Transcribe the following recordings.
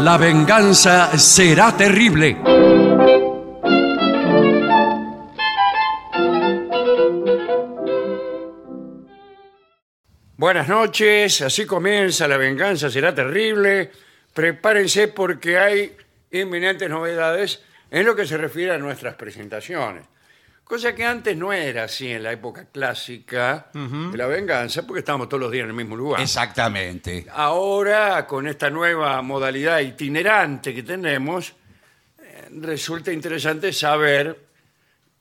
La venganza será terrible. Buenas noches, así comienza La venganza será terrible. Prepárense porque hay inminentes novedades en lo que se refiere a nuestras presentaciones. Cosa que antes no era así en la época clásica de la venganza, porque estábamos todos los días en el mismo lugar. Exactamente. Ahora, con esta nueva modalidad itinerante que tenemos, eh, resulta interesante saber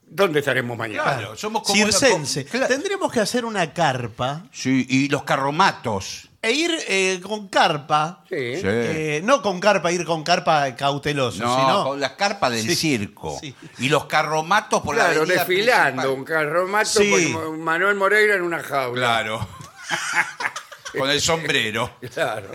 dónde estaremos mañana. Claro, somos como... Ah, Circense. como- claro. Tendremos que hacer una carpa Sí, y los carromatos. e ir eh, con carpa. Sí. Sí. Eh, no con carpa, ir con carpa cauteloso, No, sino. con las carpas del Sí, circo. sí. Y los carromatos por la Claro, avenida desfilando un principal. carromato Sí. con Mo- Manuel Moreira en una jaula. Claro. Con el sombrero. Claro.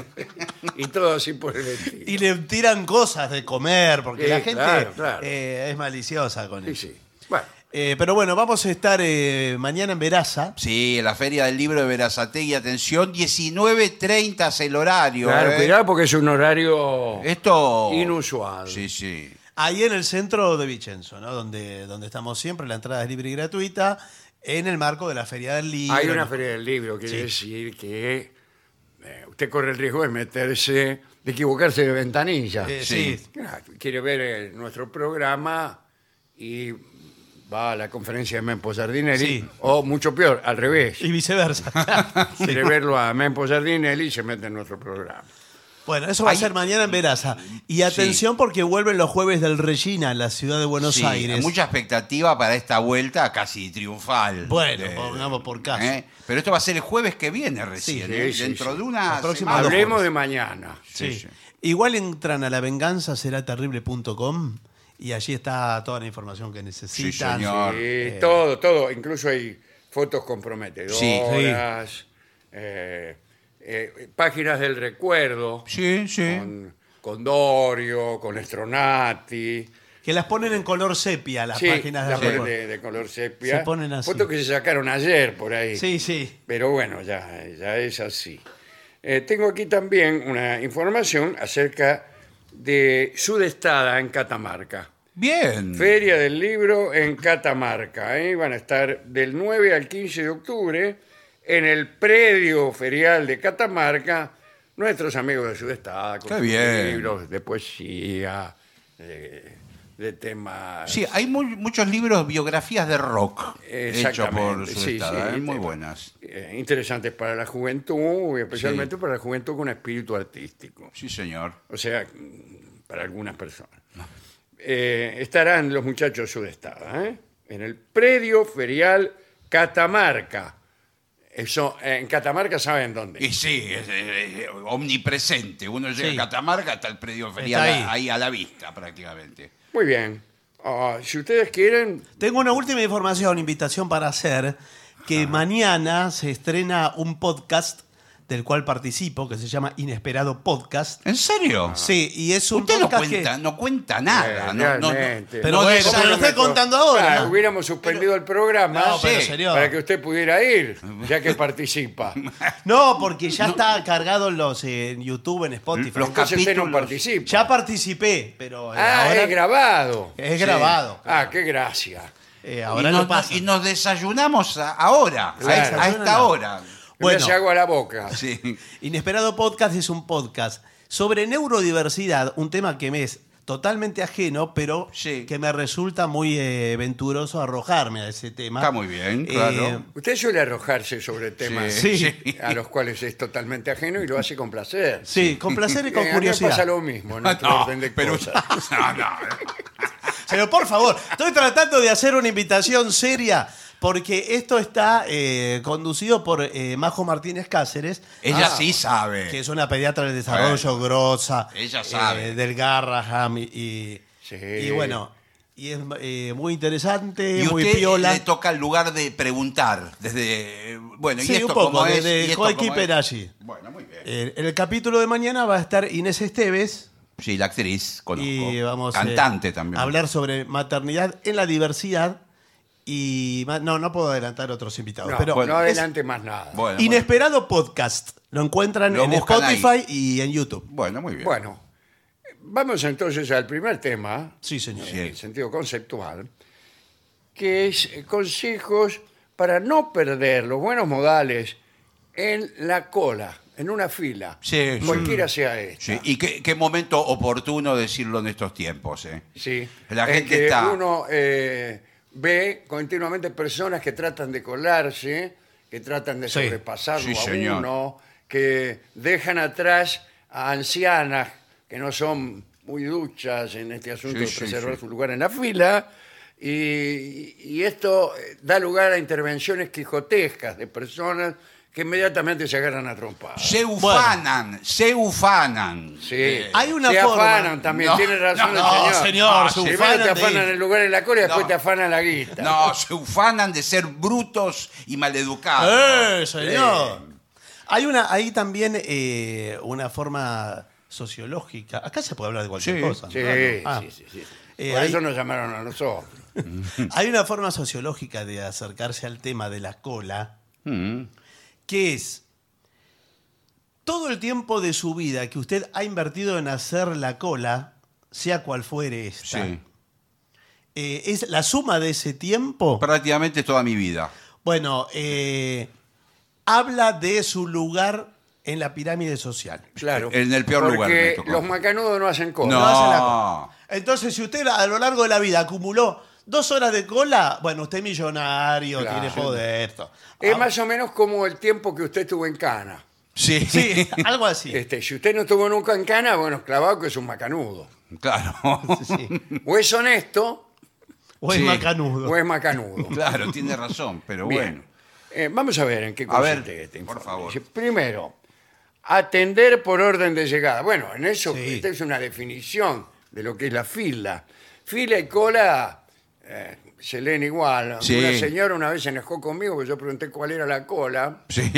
Y todo así por el estilo. Y le tiran cosas de comer, porque Sí, la gente claro, claro. eh, es maliciosa con Sí, eso. sí. Bueno, Eh, pero bueno, vamos a estar eh, mañana en Veraza. Sí, en la Feria del Libro de Verazategui. Atención, 19.30 es el horario. claro, ¿eh? cuidado porque es un horario Esto... inusual. Sí, sí. Ahí en el centro de Vicenzo, ¿no? Donde, donde estamos siempre, la entrada es libre y gratuita, en el marco de la Feria del Libro. Hay una feria del libro, quiere decir que eh, usted corre el riesgo de meterse, de equivocarse de ventanilla. Eh, Sí. sí. Claro, Quiere ver eh, nuestro programa y va a la conferencia de Mempo Sardinelli, Sí. o mucho peor, al revés. Y viceversa. Sí. Quiere verlo a Mempo Sardinelli y se mete en nuestro programa. Bueno, eso va Ahí- a ser mañana en Veraza. Y atención porque vuelven los jueves del Regina a la ciudad de Buenos Sí, Aires. Mucha expectativa para esta vuelta casi triunfal. Bueno, Eh, pongamos por caso. ¿eh? Pero esto va a ser el jueves que viene recién, Sí, ¿eh? sí, dentro sí. de una... La próxima- semana. dos Hablemos jueves. de mañana. Sí. Sí, sí. Igual entran a lavenganzaseraterrible.com y allí está toda la información que necesitan. señor. Eh, todo, todo. Incluso hay fotos comprometedoras, Sí, eh, eh, páginas del recuerdo, Sí, sí. con, con Dorio, con Estronati. Que las ponen en color sepia las Sí, páginas de las ponen Record. de, de color sepia. Se ponen así. Fotos que se sacaron ayer por ahí. Sí, sí. Pero bueno, ya, ya es así. Eh, tengo aquí también una información acerca de Sudestada en Catamarca. Bien. Feria del Libro en Catamarca. ¿eh? Van a estar del 9 al 15 de octubre en el predio ferial de Catamarca nuestros amigos de Sudestada con Qué sus bien. libros de poesía, de, de temas... Sí, hay mu- muchos libros, biografías de rock hechos por Exactamente, sí, su este estado, sí, ¿eh? muy temas, buenas. eh, interesantes para la juventud y especialmente para la juventud con espíritu artístico. Sí, señor. O sea, mm, para algunas personas. Eh, estarán los muchachos sudestada, ¿eh? en el predio ferial Catamarca. Eso, eh, en Catamarca saben dónde. Y sí, es, eh, eh, omnipresente. Uno llega Sí. a Catamarga hasta el predio ferial, Está ahí. ahí. a la vista prácticamente. Muy bien. Ah, si ustedes quieren, Tengo una última información, invitación para hacer, que mañana se estrena un podcast del cual participo, que se llama Inesperado Podcast. ¿En serio? Sí, y es un Usted no podcast cuenta, que... no cuenta nada. Ah. Eh, no- no, no, realmente. Pero no bueno, es- pero lo está contando ahora, claro, ¿no? hubiéramos suspendido el programa No, pero Ah, Sí, serio. para que usted pudiera ir, ya que participa. No, porque ya está cargado en los eh, en YouTube, en Spotify. Los Entonces usted no capítulos- participa. Ya participé, pero eh, ah, ahora es grabado. es grabado. Ah, qué gracia. Eh, y, ahora nos, lo pasa. y nos desayunamos a- ahora, a- Claro. a, esta hora. Bueno, Bueno. se hago a la boca. Sí. Inesperado Podcast es un podcast sobre neurodiversidad, un tema que me es totalmente ajeno, pero Sí. que me resulta muy eh, venturoso arrojarme a ese tema. Eh, Está muy bien, claro. Usted suele arrojarse sobre temas Sí. a los cuales es totalmente ajeno y lo hace con placer. Sí, con placer y Eh, con a mí me pasa curiosidad. lo mismo, en otro No, orden de pero cosas. no, no. eh. Pero por favor, estoy tratando de hacer una invitación seria. Porque esto está eh, conducido por eh, Majo Martínez Cáceres. Ella Ah, sí sabe. Que es una pediatra del desarrollo grosa. Ella sabe. eh, del Garraham y, y, Sí. y bueno, y es eh, muy interesante, Y muy usted eh, piola. le toca el lugar de preguntar. Desde. eh, Bueno, Sí, y esto un poco, cómo es, desde y esto Joaquín cómo es. Perazzi. Bueno, muy bien. Eh, en el capítulo de mañana va a estar Inés Esteves. sí, la actriz, conozco. Y vamos eh, Cantante también. a hablar sobre maternidad en la diversidad. Y ma- no, no puedo adelantar otros invitados. No, pero no es adelante más nada. Bueno, muy- Inesperado Podcast. Lo encuentran Lo en buscan Spotify y en YouTube. bueno, muy bien. Bueno, vamos entonces al primer tema, Sí, señor. ¡Eh, Sí. en el sentido conceptual, que es eh, consejos para no perder los buenos modales en la cola, en una fila, Sí, sí. cualquiera sea esta. Sí, Y qué, qué momento oportuno decirlo en estos tiempos. ¿eh? Sí. La Es gente que está- Uno eh, ve continuamente personas que tratan de colarse, que tratan de Sí. sobrepasarlo Sí, a señor. uno, que dejan atrás a ancianas que no son muy duchas en este asunto Sí, de sí, preservar sí. su lugar en la fila. Y, y esto eh, da lugar a intervenciones quijotescas de personas que inmediatamente se agarran a trompadas. Se ufanan, se ufanan. Eh, Sí. Hay una se forma. afanan también, No, tiene razón no, Ah, el no, señor. señor, se Primero te ufanan de afanan ir. el lugar en la cola y después No. te afanan la guita. No, se ufanan de ser brutos y maleducados. ¡Eh, señor! Hay una, hay también eh, una forma sociológica. Acá se puede hablar de cualquier Sí, cosa. ¿no? Sí, Ah. sí, sí, sí. Eh, Por ahí- eso nos llamaron a nosotros. Hay una forma sociológica de acercarse al tema de la cola, Mm, que es todo el tiempo de su vida que usted ha invertido en hacer la cola, sea cual fuere esta, Sí. eh, es la suma de ese tiempo. Prácticamente toda mi vida. Bueno, eh, habla de su lugar en la pirámide social. Claro. En el peor lugar me Porque tocó. los macanudos no hacen cola. No. hace la cola. Entonces, si usted a lo largo de la vida acumuló dos horas de cola, bueno, usted es millonario, Claro. tiene poder. esto. Es Ah, más o menos como el tiempo que usted estuvo en cana. Sí, Sí, algo así. Este, si usted no estuvo nunca en cana, bueno, clavado que es un macanudo. claro. Sí. O es honesto O es Sí. macanudo. o es macanudo. Claro, tiene razón, pero Bien. bueno. Eh, vamos a ver en qué A ver, consiste este por informe. favor. Dice, Primero, atender por orden de llegada. Bueno, en eso Sí. esta es una definición de lo que es la fila. Fila y cola eh, se leen igual. Sí. Una señora una vez se enojó conmigo porque yo pregunté cuál era la cola Sí.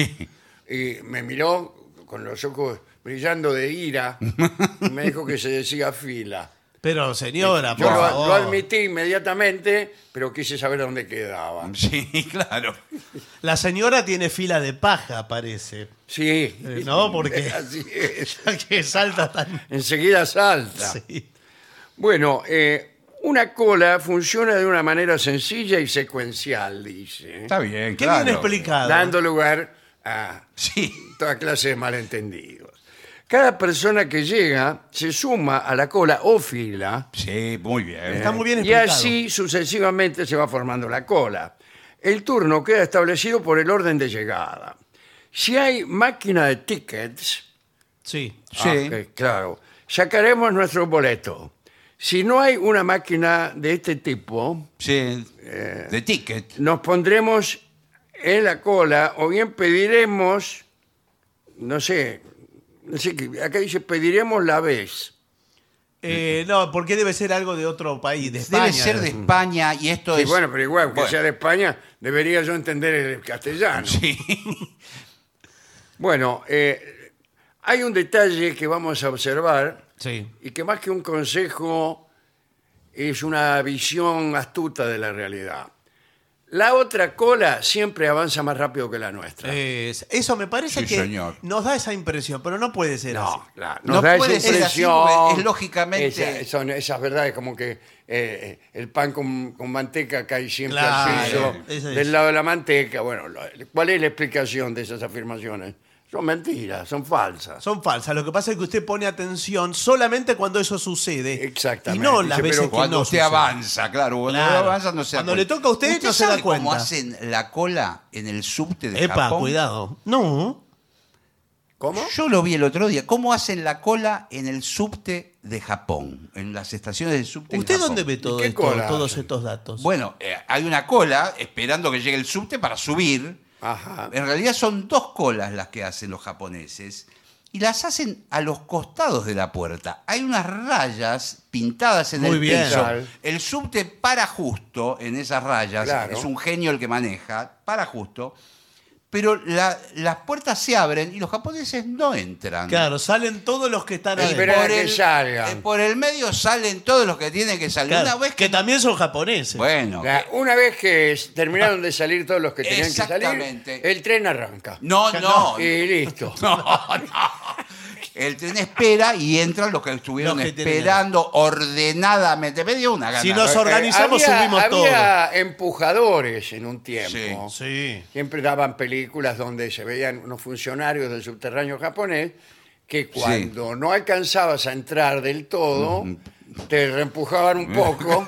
y me miró con los ojos brillando de ira y me dijo que se decía fila. Pero señora, Yo por lo, favor. lo admití inmediatamente, pero quise saber dónde quedaba. Sí, claro. La señora tiene fila de paja, parece. Sí, Eh, no, porque- así es. que salta tan. Enseguida salta. Sí. Bueno, eh, una cola funciona de una manera sencilla y secuencial, dice, Está bien, Qué claro. bien explicado. dando lugar a Sí. toda clase de malentendidos. Cada persona que llega se suma a la cola o fila Sí, muy bien. Está muy bien y explicado. así sucesivamente se va formando la cola. El turno queda establecido por el orden de llegada. Si hay máquina de tickets, Sí. Sí. Ah, ok, claro. Sacaremos nuestro boleto. Si no hay una máquina de este tipo, Sí. Eh, De ticket. nos pondremos en la cola o bien pediremos, no sé, no sé qué- acá dice pediremos la vez. Eh, no, porque debe ser algo de otro país, de España. Debe ser de España y esto Y es. bueno, pero igual, que Pues, Bueno. sea de España, debería yo entender el castellano. Sí. Bueno, eh, hay un detalle que vamos a observar Sí. y que más que un consejo es una visión astuta de la realidad. La otra cola siempre avanza más rápido que la nuestra. Eh, Es- eso me parece Sí, que señor. nos da esa impresión, pero no puede ser No, así. claro, No nos da puede esa ser así, impresión, porque es lógicamente- esa- son esas verdades como que eh, el pan con, con manteca cae siempre Claro, al piso eso es. del lado de la manteca. Bueno, lo- ¿cuál es la explicación de esas afirmaciones? Son mentiras, son falsas. Son falsas. Lo que pasa es que usted pone atención solamente cuando eso sucede. Exactamente. Y no las Dice, veces pero que Cuando no usted sucede. avanza, claro. Cuando eh. Claro. avanza no se da Cuando le cuenta. toca a usted, no se da sabe cómo cuenta. hacen la cola en el subte de Epa, Japón? cuidado. No. ¿Cómo? Yo lo vi el otro día. ¿Cómo hacen la cola en el subte de Japón? En las estaciones de subte. en ¿Usted Japón. dónde ve todo qué esto, cola todos hacen? estos datos? Bueno, eh, hay una cola esperando que llegue el subte para subir. Ajá. En realidad son dos colas las que hacen los japoneses y las hacen a los costados de la puerta. Hay unas rayas pintadas en Muy el bien. piso. Claro. El subte para justo en esas rayas. Claro. Es un genio el que maneja, para justo. Pero la- las puertas se abren y los japoneses no entran. Claro, salen todos los que están Y adentro. verá- Esperan a que salgan. eh, por el medio salen todos los que tienen que salir. Claro, Una vez que también son japoneses. Bueno. La- una vez que s- terminaron de salir todos los que tenían que salir, Exactamente. el tren arranca. No, no. Y listo. No, no. El tren espera y entran los que estuvieron Los que tenían. esperando ordenadamente. Me dio una gana. ¿eh? Si no Nos son- organizamos, Eh, había, subimos había empujadores en un tiempo. Sí. Siempre daban películas donde se veían unos funcionarios del subterráneo japonés que cuando no alcanzabas a entrar del todo, te reempujaban un poco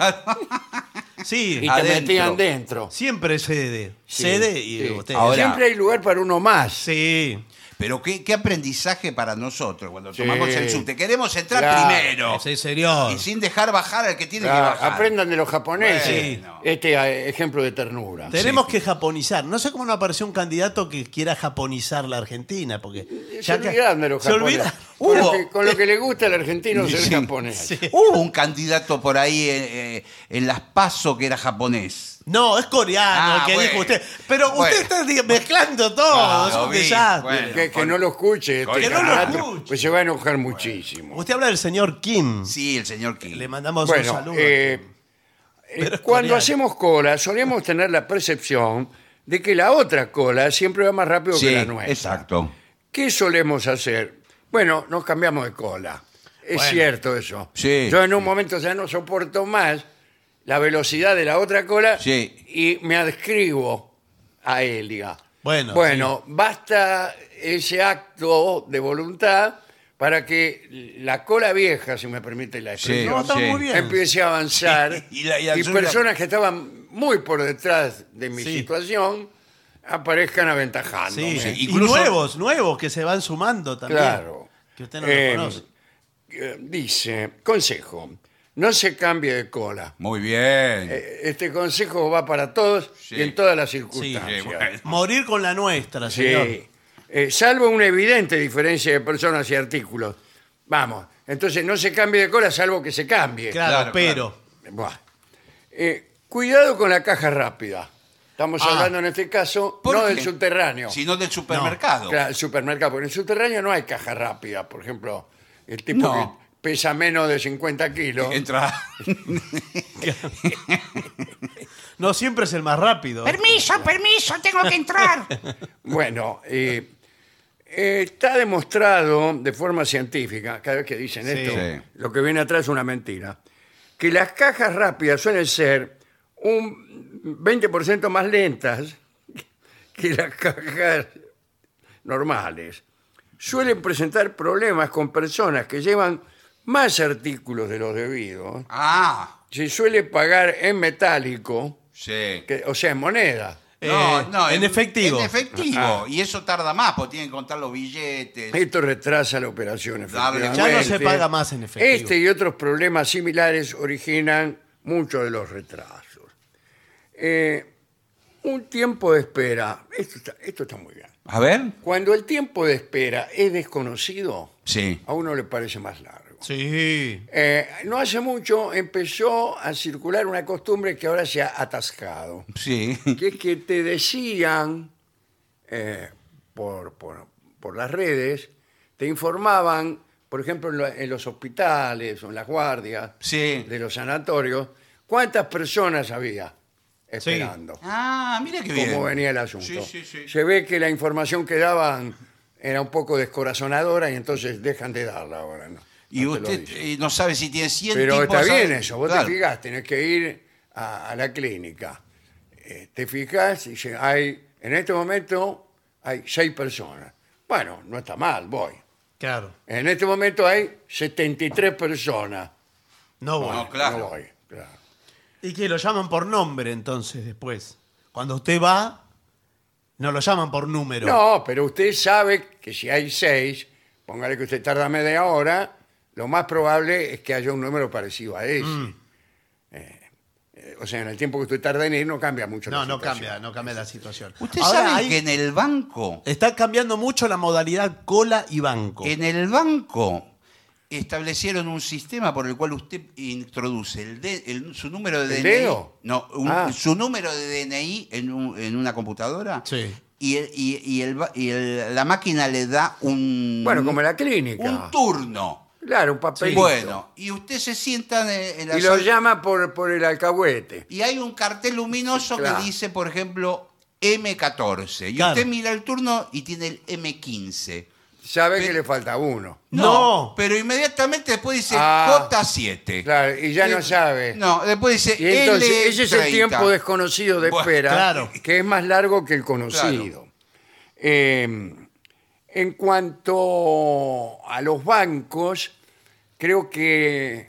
Sí, y Adentro. te metían dentro. siempre cede. Sí, cede y sí. usted. Ahora- Siempre hay lugar para uno más. Sí. Pero qué, qué aprendizaje para nosotros cuando Sí. tomamos el subte. Queremos entrar Claro. primero Sí, señor. y sin dejar bajar al que tiene Claro, que bajar. aprendan de los japoneses Ah, Bueno. este eh, ejemplo de ternura. Tenemos que japonizar. No sé cómo no apareció un candidato que quiera japonizar la Argentina, porque Eh, Se que- olvidan de los se japoneses. olvida- Con lo, Hubo- que, con lo que le gusta al argentino ser Sí. japonés. Hubo un candidato por ahí eh, eh, en Las Paso que era japonés. No, es coreano Ah, el que bueno. dijo usted. Pero usted Bueno. está di- mezclando todo. Ah, es lo un vi. desastre. Bueno. Que, que no lo escuche. este Que no lo candidato, escuche. Pues se va a enojar muchísimo. Usted habla del señor Kim. Sí, el señor King. Le mandamos un Bueno, saludo. eh, eh, Pero es cuando coreano. hacemos cola, solemos tener la percepción de que la otra cola siempre va más rápido Sí, que la nuestra. exacto. ¿Qué solemos hacer? Bueno, nos cambiamos de cola. Es Bueno. cierto eso. Sí, Yo en un momento ya no soporto más la velocidad de la otra cola Sí. y me adscribo a Elia. Bueno, bueno basta ese acto de voluntad para que la cola vieja, si me permite la expresión, no, está sí. muy bien. empiece a avanzar Y la- y al y sur la- personas que estaban muy por detrás de mi Sí. situación aparezcan aventajando. Sí, sí, Y incluso- nuevos, nuevos que se van sumando también. Claro. Que usted no Eh, los conoce. eh, Dice, consejo, no se cambie de cola. Muy bien. Eh, Este consejo va para todos Sí. y en todas las circunstancias. Sí, bueno. Morir con la nuestra, Sí. señor. Eh, salvo una evidente diferencia de personas y artículos. Vamos, entonces no se cambie de cola salvo que se cambie. Claro, Claro, pero. Buah. Eh, cuidado con la caja rápida. Estamos Ah. hablando en este caso ¿Por no qué? del subterráneo. Sino del supermercado. Claro, el supermercado. Porque en el subterráneo no hay caja rápida. Por ejemplo, el tipo No. que pesa menos de 50 kilos. Entra. No siempre es el más rápido. Permiso, permiso, tengo que entrar. Bueno, eh, eh, está demostrado de forma científica, cada vez que dicen Sí. esto, Sí. lo que viene atrás es una mentira, que las cajas rápidas suelen ser un 20% más lentas que las cajas normales. Suelen presentar problemas con personas que llevan más artículos de los debidos. Ah, Se suele pagar en metálico, sí. que- o sea, en moneda. Eh, en efectivo. En efectivo. Ah. Y eso tarda más porque tienen que contar los billetes. Esto retrasa la operación, Claro, efectivamente. ya no se paga más en efectivo. Este y otros problemas similares originan muchos de los retrasos. Eh, un tiempo de espera, esto está, esto está muy bien. A ver. Cuando el tiempo de espera es desconocido, Sí. a uno le parece más largo. Sí. Eh, no hace mucho empezó a circular una costumbre que ahora se ha atascado Sí. que es que te decían eh, por, por- por las redes, te informaban, por ejemplo, en, lo- en los hospitales o en las guardias Sí. de los sanatorios, cuántas personas había esperando, Ah, mira qué bien. cómo venía el asunto. Sí, sí, sí. Se ve que la información que daban era un poco descorazonadora y entonces dejan de darla ahora. ¿no? Y No te lo usted dicen. eh, no sabe si tiene 100 Pero tipos está a- bien eso, vos Claro. te fijas, tenés que ir a, a la clínica. Eh, te fijas y dice, hay, en este momento hay seis personas. Bueno, no está mal, voy. Claro. En este momento hay 73 personas. No, bueno. No, claro. No voy, claro. Y que lo llaman por nombre entonces después. Cuando usted va, no lo llaman por número. No, pero usted sabe que si hay seis, póngale que usted tarda media hora, lo más probable es que haya un número parecido a ese. Mm. Eh, eh, o sea, en el tiempo que usted tarda en ir no cambia mucho. la no, no situación. cambia, no cambia la situación. Usted Ahora sabe hay- que en el banco, está cambiando mucho la modalidad cola y banco. en el banco establecieron un sistema por el cual usted introduce el de- el- su número de ¿El DNI. dedo? No, un- Ah. su número de DNI en, un- en una computadora. Sí. Y, el- y- y el ba- y el- la máquina le da un, Bueno, como en la clínica. un turno. Claro, un papel. Bueno, y usted se sienta en, en la Y lo sala- llama por, por el alcahuete. y hay un cartel luminoso Claro. que dice, por ejemplo, M14. Y Claro. usted mira el turno y tiene el M15. sabe Pe- que le falta uno. No. Pero inmediatamente después dice Ah, J7. Claro, y ya no Eh, sabe. No, después dice Y entonces, L30. ese es el tiempo desconocido de Bueno, espera, claro. que es más largo que el conocido. Eh, en cuanto a los bancos, creo que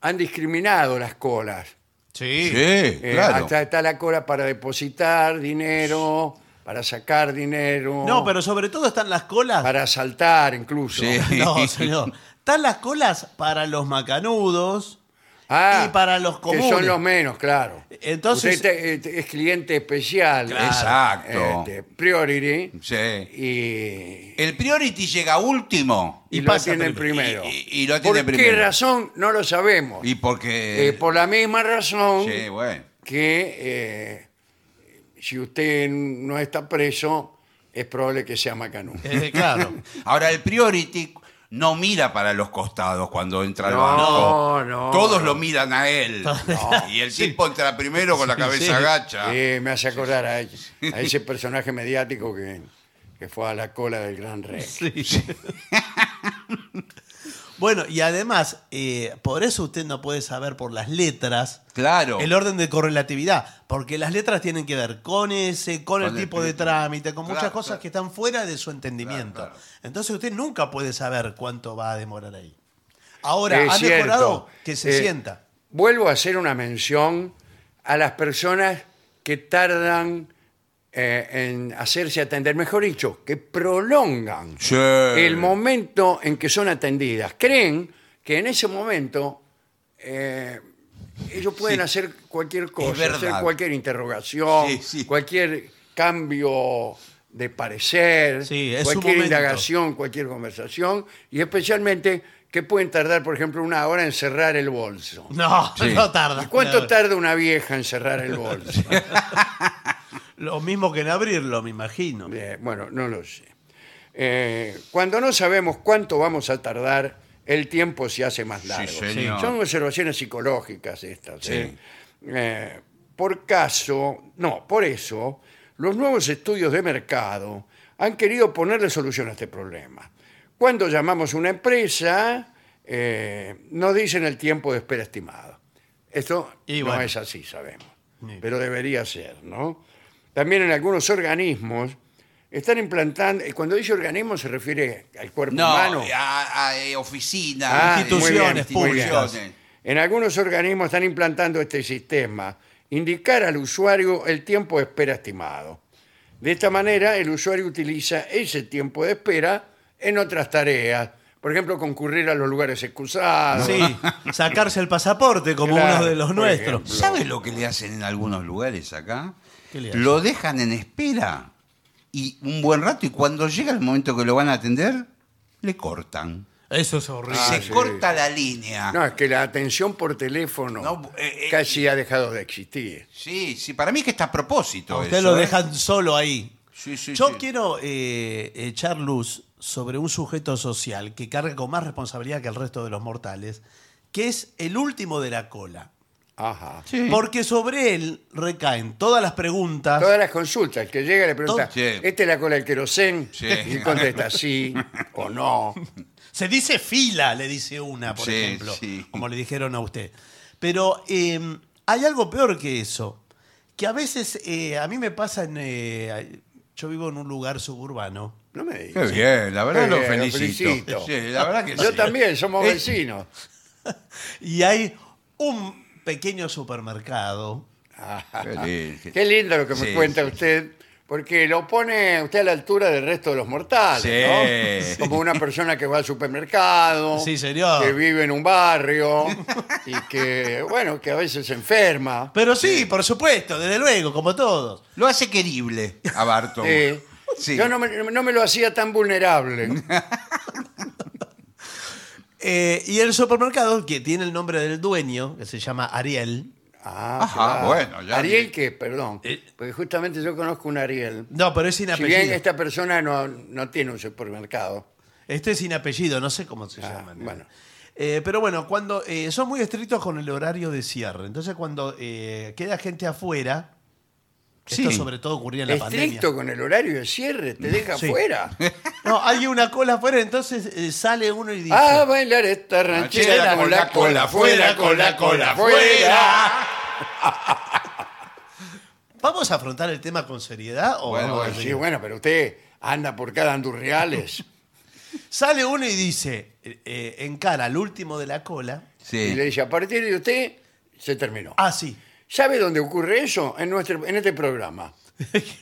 han discriminado las colas. Sí. Sí, Eh, claro. Hasta está la cola para depositar dinero, para sacar dinero, No, pero sobre todo están las colas. para saltar incluso. Sí. No, señor. Están las colas para los macanudos. Ah, Y para los Que comunes. son los menos, claro. Entonces- Usted te- eh, te- es cliente especial. Claro. Exacto. Este, priority. Sí. Y, El priority llega último. y Y lo pasa atienden primero. primero. Y- y lo atienden ¿Por qué primero. razón? No lo sabemos. Y porque. Eh, por la misma razón Sí, bueno. que eh, si usted no está preso, es probable que sea macanudo. Eh, claro. Ahora, el priority no mira para los costados cuando entra No, al banco. no. Todos lo miran a él. Y el tipo entra primero con la cabeza sí. gacha. Sí, Eh, me hace acordar a, a ese personaje mediático que, que fue a la cola del Gran Rey. Bueno, y además, eh, por eso usted no puede saber por las letras Claro. el orden de correlatividad, porque las letras tienen que ver con ese, con, el Con el tipo de tipo. trámite, con muchas Claro, cosas claro. que están fuera de su entendimiento. Claro, claro. Entonces usted nunca puede saber cuánto va a demorar ahí. Ahora, Es ha cierto. mejorado que se Eh, sienta. Vuelvo a hacer una mención a las personas que tardan eh, en hacerse atender, mejor dicho, que prolongan Sí. el momento en que son atendidas. Creen que en ese momento eh, ellos pueden Sí. hacer cualquier cosa, verdad. hacer cualquier interrogación, Sí, sí. cualquier cambio de parecer, Sí, es su cualquier momento. indagación, cualquier conversación, y especialmente que pueden tardar, por ejemplo, una hora en cerrar el bolso. No, Sí. no tarda. ¿Y cuánto No, tarda una vieja en cerrar el bolso? Lo mismo que en abrirlo, me imagino. Eh, bueno, no lo sé. Eh, cuando no sabemos cuánto vamos a tardar, el tiempo se hace más largo. señor. Son observaciones psicológicas estas. Sí. ¿eh? Eh, por caso, no, por eso, los nuevos estudios de mercado han querido ponerle solución a este problema. Cuando llamamos a una empresa, eh, nos dicen el tiempo de espera estimado. Esto Y no bueno. es así, sabemos. Sí. Pero debería ser, ¿no? También en algunos organismos están implantando, y cuando dice organismo se refiere al cuerpo No, humano. a, a, eh, oficinas, Ah, muy bien, instituciones muy bien. instituciones. En algunos organismos están implantando este sistema, indicar al usuario el tiempo de espera estimado. De esta manera, el usuario utiliza ese tiempo de espera en otras tareas, por ejemplo, concurrir a los lugares excusados. Sí, sacarse el pasaporte como Claro, uno de los por nuestros. ejemplo. ¿Sabe lo que le hacen en algunos lugares acá? ¿Qué le hacen? Lo dejan en espera y un buen rato y cuando llega el momento que lo van a atender, le cortan. Eso es horrible. Ah, Se sí. corta la línea. No, es que la atención por teléfono No, eh, eh, casi ha dejado de existir. Sí, sí, para mí es que está a propósito. A usted eso, lo ¿eh? dejan solo ahí. Sí, sí, Yo sí. quiero eh, echar luz sobre un sujeto social que carga con más responsabilidad que el resto de los mortales, que es el último de la cola. Ajá. Porque sobre él recaen todas las preguntas. Todas las consultas, el que llega le pregunta, Todo- Sí. ¿esta es la cola del querosén? Sí. Y contesta sí o no. Se dice fila, le dice una, por Sí, ejemplo, sí. como le dijeron a usted. Pero eh, hay algo peor que eso, que a veces eh, a mí me pasa en... eh, yo vivo en un lugar suburbano. No me digas. Qué bien, la verdad Qué lo bien, lo felicito. felicito. Sí, la verdad que Yo sí. también, somos Eh, vecinos. Y hay un pequeño supermercado. Qué lindo. Qué lindo lo que me Sí, cuenta sí. usted, porque lo pone usted a la altura del resto de los mortales, Sí. ¿no? Como una persona que va al supermercado, Sí, señor. que vive en un barrio y que, bueno, que a veces se enferma. Pero sí, por supuesto, desde luego, como todos. Lo hace querible a Barton. Eh, Sí. Yo no me, no me lo hacía tan vulnerable. Eh, y el supermercado, que tiene el nombre del dueño, que se llama Ariel. Ah, Ajá, claro. bueno, ya- Ariel, que, perdón, Eh. porque justamente yo conozco un Ariel. No, pero es sin Si apellido. bien esta persona no, no tiene un supermercado. Este es sin apellido, no sé cómo se Ah, llama. bueno. Eh, pero bueno, cuando eh, son muy estrictos con el horario de cierre. Entonces, cuando eh, queda gente afuera, Esto Sí. sobre todo ocurría en la pandemia. Estricto con el horario de cierre, te deja Sí. fuera. No, hay una cola afuera, entonces eh, sale uno y dice... A Ah, bailar esta ranchera con la cola fuera, con la cola fuera. ¿Vamos a afrontar el tema con seriedad o Bueno, vamos a Sí, seguir? bueno, pero usted anda por cada andurreales Sale uno y dice, eh, eh, encara al último de la cola. y le Sí. dice, a partir de usted se terminó. Ah, sí. ¿Sabe dónde ocurre eso? En, nuestro, en este programa.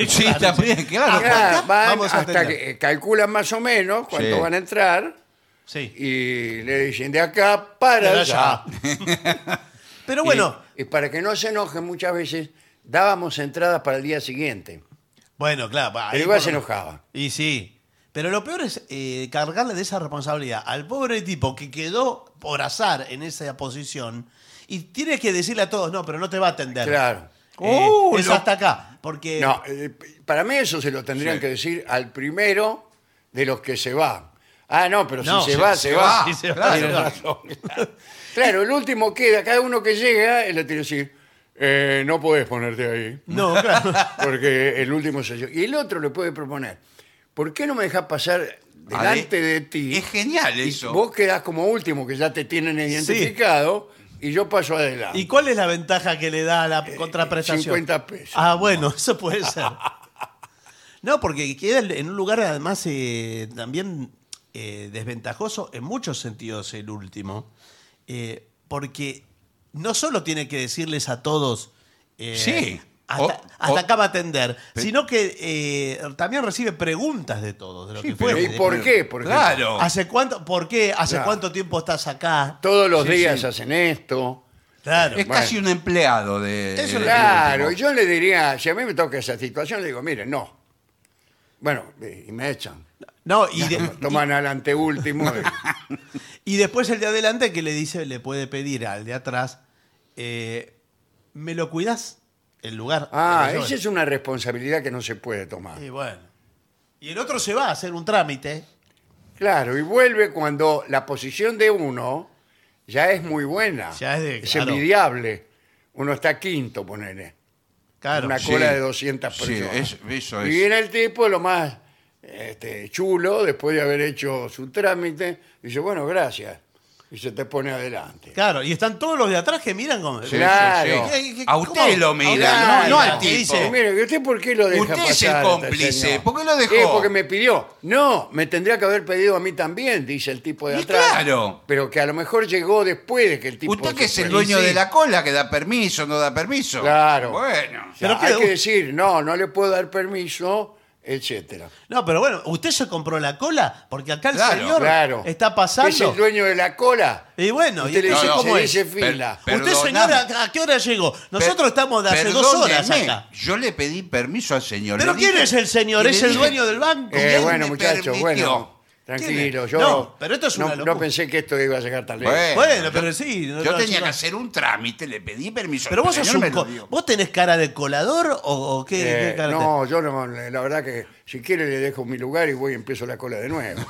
Sí, también, claro. Claro, van Vamos a hasta atender. que eh, calculan más o menos cuánto Sí. van a entrar Sí. y le dicen de acá para Pero allá. ya. Pero bueno, Y, y para que no se enojen muchas veces, dábamos entradas para el día siguiente. bueno, claro. ahí Pero igual por- se enojaba. Y sí. Pero lo peor es eh, cargarle de esa responsabilidad al pobre tipo que quedó por azar en esa posición y tiene que decirle a todos, no, pero no te va a atender. Claro. Eh, Oh, es lo- hasta acá. Porque No, eh, para mí eso se lo tendrían Sí. que decir al primero de los que se va. Ah, no, pero No, si se, va, se, va. Sí, Ah, se va, Claro, se va. razón. Claro, el último queda, cada uno que llega, él le tiene que decir, "Eh, no podés ponerte ahí, No, claro. porque el último soy yo. Y el otro le puede proponer, ¿por qué no me dejas pasar delante de ti? Es genial Y eso. Vos quedás como último, que ya te tienen identificado, y yo paso adelante. ¿Y cuál es la ventaja que le da a la contraprestación? 50 Eh, pesos. Ah, bueno, eso puede ser. No, porque queda en un lugar además eh, también eh, desventajoso en muchos sentidos el último, Eh, porque no solo tiene que decirles a todos, eh, Sí. hasta, O- hasta o- acá va a atender, Pe- sino que eh, también recibe preguntas de todos. De lo Sí, que pero- ¿Y fue. por qué? Por ejemplo? Claro. ¿Hace cuánto, ¿Por qué? ¿Hace Claro. cuánto tiempo estás acá? Todos los Sí, días sí. hacen esto. Claro. Es casi un empleado de. Eso de- Claro, de- y yo le diría, si a mí me toca esa situación, le digo, mire, no. Bueno, eh, y me echan. No, y de- Toman al anteúltimo. y- Y después el de adelante que le dice, le puede pedir al de atrás, eh, ¿me lo cuidas el lugar? Ah, Pero yo- esa es una responsabilidad que no se puede tomar. Y bueno. Y el otro se va a hacer un trámite. Claro, y vuelve cuando la posición de uno ya es muy buena. Ya es de- es claro. envidiable. Uno está quinto, ponele. Claro. una Sí. cola de 200 Sí, personas. es- eso Y es. viene el tipo, lo más este, chulo, después de haber hecho su trámite, dice, bueno, gracias. Y se te pone adelante. Claro, y están todos los de atrás que miran como... Sí, sí, Claro. sí. A usted ¿Cómo? lo Claro, mira, no, no al al tipo. que dice- Mire, ¿y usted por qué lo deja Usted es pasar el a este cómplice, señor? ¿por qué lo dejó? Sí, porque me pidió. No, me tendría que haber pedido a mí también, dice el tipo de Y atrás. claro. Pero que a lo mejor llegó después de que el tipo... Usted que se es el fue. dueño Sí. de la cola, que da permiso, no da permiso. Claro. Bueno. O sea, Pero que- hay que decir, no, no le puedo dar permiso, etcétera. No, pero bueno, usted se compró la cola porque acá el Claro, señor Claro. está Es el pasando... dueño de la cola. Y bueno, y Usted le entonces dice, no, no. ¿cómo se es? dice fila. Per- Usted, perdóname. señor, ¿a a qué hora llegó? Nosotros Per- estamos de hace dos horas perdóneme, acá. Yo le pedí permiso al señor. ¿Pero le quién dije- es el señor? y le ¿Es el dije- dueño del banco? Eh, ¿Quién bueno, me muchachos, permitió? bueno. Tranquilo, es? yo No, pero esto es no, una no locura. pensé que esto iba a llegar tan lejos. Bueno. Bueno, pero sí. no, Yo no, tenía no. que hacer un trámite, le pedí permiso. Pero el vos sos señor un me lo co- dio. ¿Vos tenés cara de colador o, o qué, Eh, qué cara tenés? no, yo no, la verdad que si quiere le dejo mi lugar y voy y empiezo la cola de nuevo.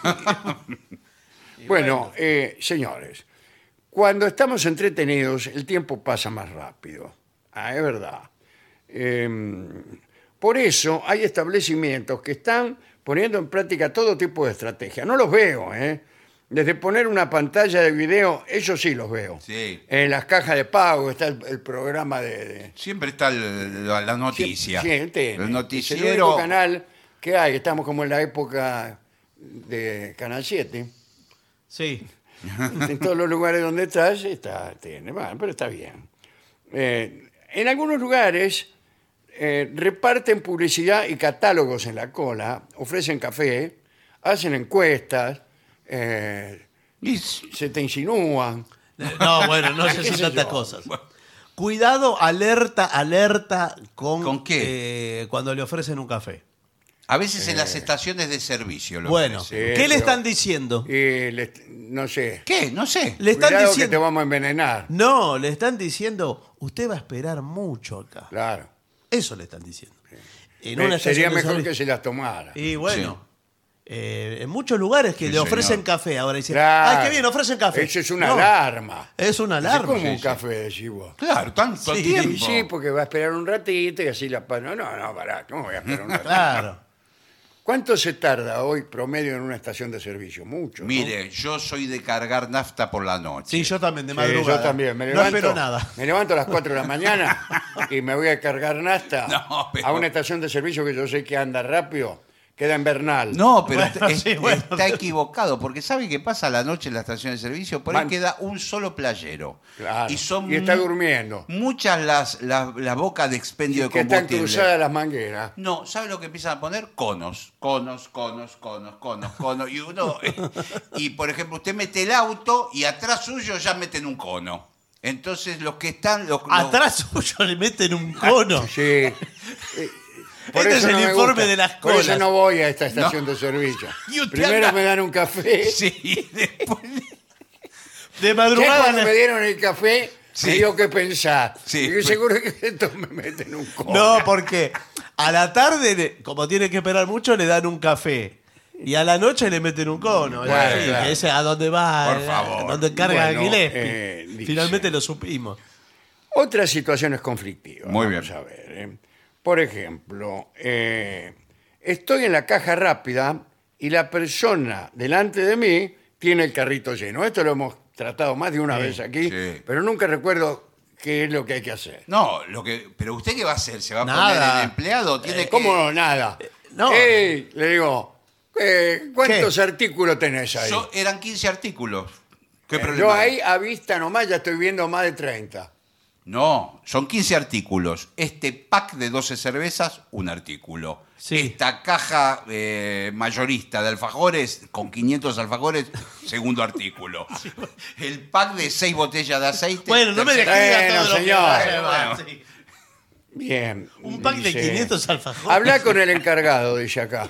bueno, eh, señores, cuando estamos entretenidos el tiempo pasa más rápido. Ah, es verdad. Eh, por eso hay establecimientos que están poniendo en práctica todo tipo de estrategia. No los veo, ¿eh? Desde poner una pantalla de video, eso sí los veo. Sí. En las cajas de pago está el, el programa de- de, Siempre está el- la, la noticia. Sí, el tele. Es ah. el el único noticiero. canal que hay. Estamos como en la época de Canal 7. Sí. en todos los lugares donde estás, está TN. Bueno, pero está bien. Eh, en algunos lugares eh, reparten publicidad y catálogos en la cola, ofrecen café, hacen encuestas, eh, Y s- se te insinúan. No, bueno, no sé ¿Qué si sé tantas yo? cosas. Cuidado, alerta, alerta con, ¿Con qué? eh, cuando le ofrecen un café. a veces en las Eh. estaciones de servicio. Lo Bueno, ofrecen. ofrecen. Sí, ¿qué le pero- están diciendo? Y les- no sé. ¿Qué? No sé. Le Cuidado están que te diciendo. vamos a envenenar. No, le están diciendo, usted va a esperar mucho acá. Claro. Eso le están diciendo. En Eh, sería una estación de mejor servicio. que se las tomara. Y bueno. eh, en muchos lugares que Sí, le ofrecen señor. café ahora. Dicen, Claro. ¡ay, qué bien, ofrecen café! Eso es una No, alarma. Es una alarma. Es como un Sí, sí. café, decís vos. Claro, tanto Sí, Y tiempo. sí, porque va a esperar un ratito y así la pa- No, no, no, pará, ¿cómo voy a esperar un ratito? Claro. ¿Cuánto se tarda hoy promedio en una estación de servicio? Mucho. ¿no? Mire, yo soy de cargar nafta por la noche. Sí, yo también, de Sí, madrugada. yo también. Me no levanto, espero nada. Me levanto a las 4 de la mañana y me voy a cargar nasta No, pero- a una estación de servicio que yo sé que anda rápido. Queda en Bernal. No, pero Bueno, está- es- sí, bueno. está equivocado, porque ¿sabe qué pasa la noche en la estación de servicio? Por Van- ahí queda un solo playero. Claro. Y son está mu- durmiendo. muchas las, las, las bocas de expendio de Que están combustible. cruzadas las mangueras. No, ¿sabe lo que empiezan a poner? Conos, conos, conos, conos, conos, conos. Y uno. Y por ejemplo, usted mete el auto y atrás suyo ya meten un cono. Entonces los que están. Los, los- Atrás suyo le meten un cono. Sí. Eh, por Este eso es el me informe gusta. de las Por eso colas. no voy a esta estación de servicio. Y usted Primero anda- me dan un café. Sí, después. De Ya madrugada. cuando le- me dieron el café, Sí. me dio que pensar. Sí. Y yo seguro que esto me meten un cono. No, porque a la tarde, le- como tiene que esperar mucho, le dan un café. Y a la noche le meten un cono. Bueno, Así, claro. que ese a dónde va, Por favor. donde carga Bueno, Gillespie. eh, dice. Finalmente lo supimos. Otras situaciones conflictivas. Muy vamos bien. a ver, ¿eh? Por ejemplo, eh, estoy en la caja rápida y la persona delante de mí tiene el carrito lleno. Esto lo hemos tratado más de una vez aquí, sí. pero nunca recuerdo qué es lo que hay que hacer. No, lo que. Pero usted qué va a hacer? ¿Se va a Nada. poner el empleado? Tiene que- Eh, ¿Cómo no? nada? Eh, no. Ey, le digo, eh, ¿cuántos ¿Qué? artículos tenés ahí? So- eran 15 artículos. ¿Qué Eh, problema Yo hay? ahí a vista nomás ya estoy viendo más de 30. No, son 15 artículos. Este pack de 12 cervezas, un artículo. Sí. Esta caja eh, mayorista de alfajores, con 500 alfajores, segundo artículo. El pack de 6 botellas de aceite. Bueno, no me tercer- dejes Bueno, todo lo que señor. va a llevar, Bueno. sí. Bien. Un pack de 500 alfajores. Habla con el encargado, dice acá.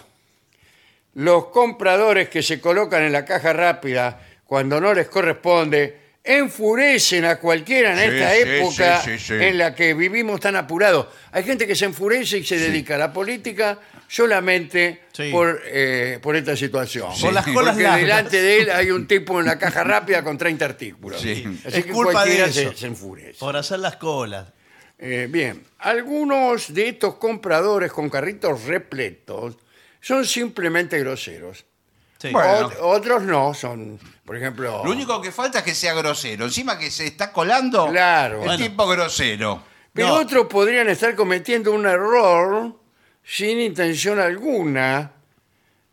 Los compradores que se colocan en la caja rápida cuando no les corresponde enfurecen a cualquiera en Sí, esta sí, época sí, sí, sí. en la que vivimos tan apurados. Hay gente que se enfurece y se dedica a la política solamente Sí. por, eh, por esta situación. Por las Porque colas largas. delante de él hay un tipo en la caja rápida con 30 artículos. Sí. Así Es que culpa de cualquiera eso. se- se enfurece. Por hacer las colas. Eh, bien, algunos de estos compradores con carritos repletos son simplemente groseros. Sí. Bueno. Ot- otros no, son, por ejemplo... Lo único que falta es que sea grosero. Encima que se está colando Claro. el Bueno. tipo grosero. Pero no. otros podrían estar cometiendo un error sin intención alguna.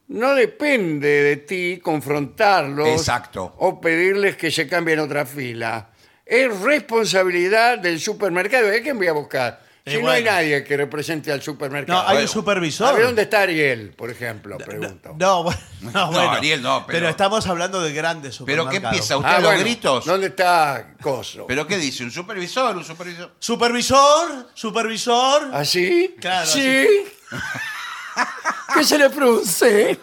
No depende de ti confrontarlos Exacto. o pedirles que se cambien otra fila. Es responsabilidad del supermercado. ¿De quién voy a buscar? Eh, si no hay bueno. nadie que represente al No, supermercado. hay un Bueno. A ver, supervisor. ¿dónde está Ariel, por ejemplo? Pregunto. No, bueno. No, bueno. Ariel, no, pero- estamos hablando de grandes ¿Pero qué supermercados. empieza? ¿Usted a los Ah, bueno, gritos? ¿Dónde está Coso? ¿Pero qué dice? ¿Un supervisor? ¿Un supervisor? Supervisor, supervisor. Ah. ¿Así? Claro, ¿Sí? ¿Qué se le produce?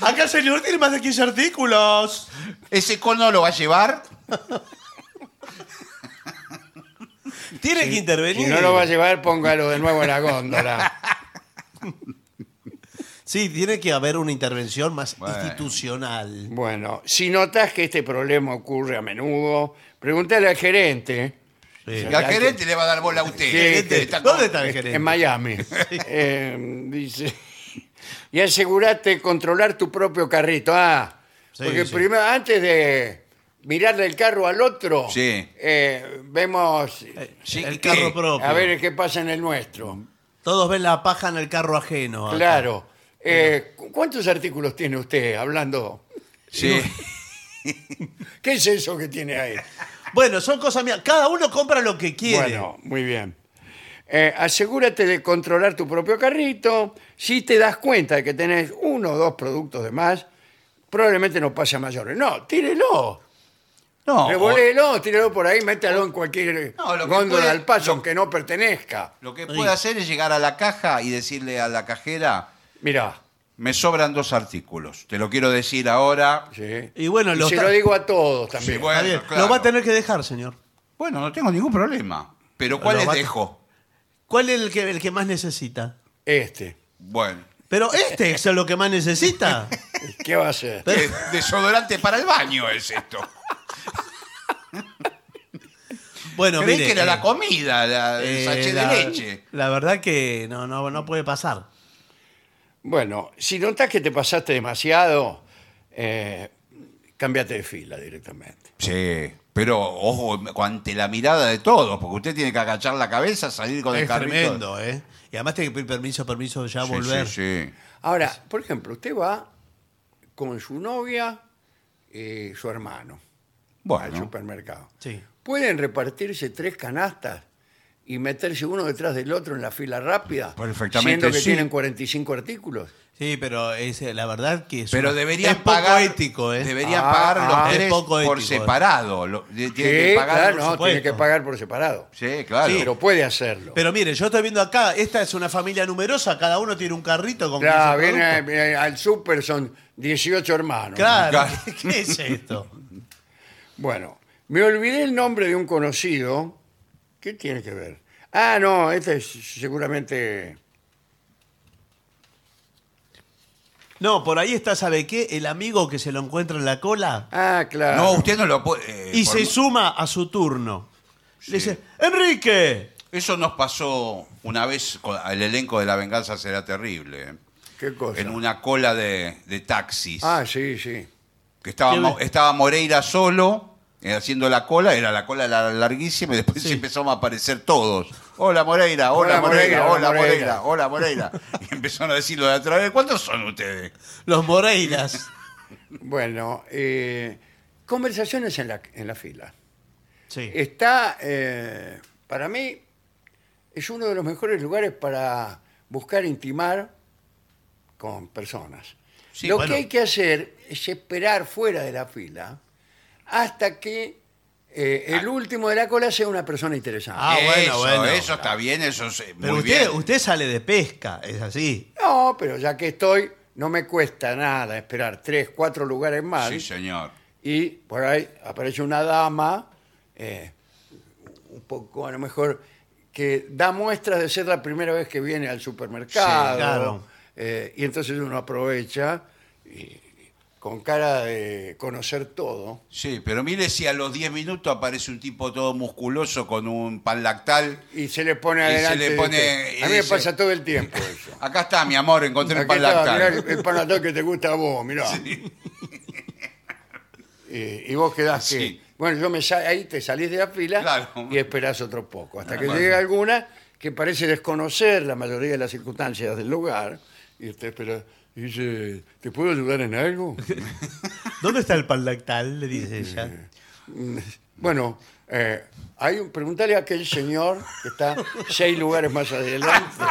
Acá el señor tiene más de 15 artículos. ¿Ese cono lo va a llevar? Tiene que intervenir. Si no lo va a llevar, póngalo de nuevo en la góndola. Sí, tiene que haber una intervención más Bueno. institucional. Bueno, si notas que este problema ocurre a menudo, pregúntale al gerente Sí. Y al gerente le va a dar bola a usted. Sí, Está con- ¿Dónde está el gerente? en Miami. Eh, dice. Y asegurate de controlar tu propio carrito. Ah, Sí, porque sí. primero, antes de mirarle el carro al otro, Sí. eh, vemos Sí, Eh, el ¿qué? carro propio. A ver qué pasa en el nuestro. Todos ven la paja en el carro ajeno. acá. Claro. Eh, ¿cu- ¿Cuántos artículos tiene usted hablando? Sí. ¿Qué es eso que tiene ahí? Bueno, son cosas mías. Cada uno compra lo que quiere. Bueno, muy bien. Eh, asegúrate de controlar tu propio carrito. Si te das cuenta de que tenés uno o dos productos de más, probablemente no pase a mayores. No, tírelo. No, o- Revoléelo, tírelo por ahí, métalo en cualquier No, lo que góndola puede- al paso, aunque no pertenezca. lo que puede hacer es llegar a la caja y decirle a la cajera, Mirá, me sobran dos artículos. Te lo quiero decir ahora. sí. Y bueno, lo se está- lo digo a todos también. Sí, bueno, Está bien. claro. Lo va a tener que dejar, señor. Bueno, no tengo ningún problema. Pero Lo ¿cuáles va a- dejo? ¿Cuál es el que, el que más necesita? Este. Bueno. Pero este es lo que más necesita. ¿Qué va a hacer? Eh, Desodorante para el baño es esto. Bueno, Creí mire, que era eh, la comida, la, el eh, sachet la- de leche. La verdad que no, no, no puede pasar. Bueno, si notas que te pasaste demasiado, eh, cámbiate de fila directamente. Sí, pero ojo ante la mirada de todos, porque usted tiene que agachar la cabeza, salir con el Es carrito. tremendo, ¿eh? Y además tiene que pedir permiso, permiso, ya Sí, volver. sí, sí. Ahora, por ejemplo, usted va con su novia y su hermano al Bueno, supermercado. Sí. Pueden repartirse tres canastas y meterse uno detrás del otro en la fila rápida, Perfectamente, siendo que sí. tienen 45 artículos. Sí, pero es, eh, la verdad que es, pero una- deberían es poco pagar. ético, ¿eh? Deberían Ah, pagar los ah, es tres ¿eh? poco por ético. separado. lo- de- tienen Sí, que pagar, claro, por no, supuesto. tiene que pagar por separado. Sí, claro. Pero puede hacerlo. Pero mire, yo estoy viendo acá, esta es una familia numerosa, cada uno tiene un carrito con Claro, 15 viene, productos. viene al super, son 18 hermanos. Claro, Claro. ¿qué, qué es esto? Bueno, me olvidé el nombre de un conocido. ¿Qué tiene que ver? Ah, no, este es seguramente... No, por ahí está, ¿sabe qué? El amigo que se lo encuentra en la cola Ah, claro. No, usted no lo puede. eh, y por- se suma a su turno. Le dice, ¡Enrique! Eso nos pasó una vez con el elenco de La Venganza Será Terrible. ¿eh? ¿Qué cosa? En una cola de, de taxis. Ah, sí, sí. que estaba, ¿Qué Mo- ves? estaba Moreira solo eh, haciendo la cola, era la cola la- larguísima y después Sí. se empezaron a aparecer todos. Hola Moreira, hola, Hola, Moreira, Moreira, hola hola, Moreira, hola Moreira. Y empezaron a decirlo de atrás, ¿cuántos son ustedes? Los Moreiras. Bueno, eh, conversaciones en la, en la fila. Sí. Está, eh, para mí, es uno de los mejores lugares para buscar intimar con personas. Sí, Lo bueno. que hay que hacer es esperar fuera de la fila hasta que eh, Ah. el último de la cola sea una persona interesante. Ah, bueno, eso, bueno. Eso está bien, eso es eh, Pero muy usted, bien. usted sale de pesca, es así. No, pero ya que estoy, no me cuesta nada esperar tres, cuatro lugares más. Sí, señor. y por ahí aparece una dama, eh, un poco a lo mejor, que da muestras de ser la primera vez que viene al supermercado. Sí, claro. eh, y entonces uno aprovecha y- con cara de conocer todo. Sí, pero mire si a los 10 minutos aparece un tipo todo musculoso con un pan lactal. Y se le pone Y se adelante. le de pone- usted. y a mí me dice- pasa todo el tiempo eso. Acá está, mi amor, encontré un Aquí pan está, mirá lactal. el, el panatón que te gusta a vos, mirá. Eh, Y, y vos quedás Sí. que. Bueno, yo me sa- ahí te salís de la fila Claro. y esperás otro poco. Hasta que bueno. llegue alguna que parece desconocer la mayoría de las circunstancias del lugar. Y usted espera. Y dice, ¿te puedo ayudar en algo? ¿Dónde está el pan lactal? Le dice ella. bueno, eh, hay un, preguntale a aquel señor que está seis lugares más adelante.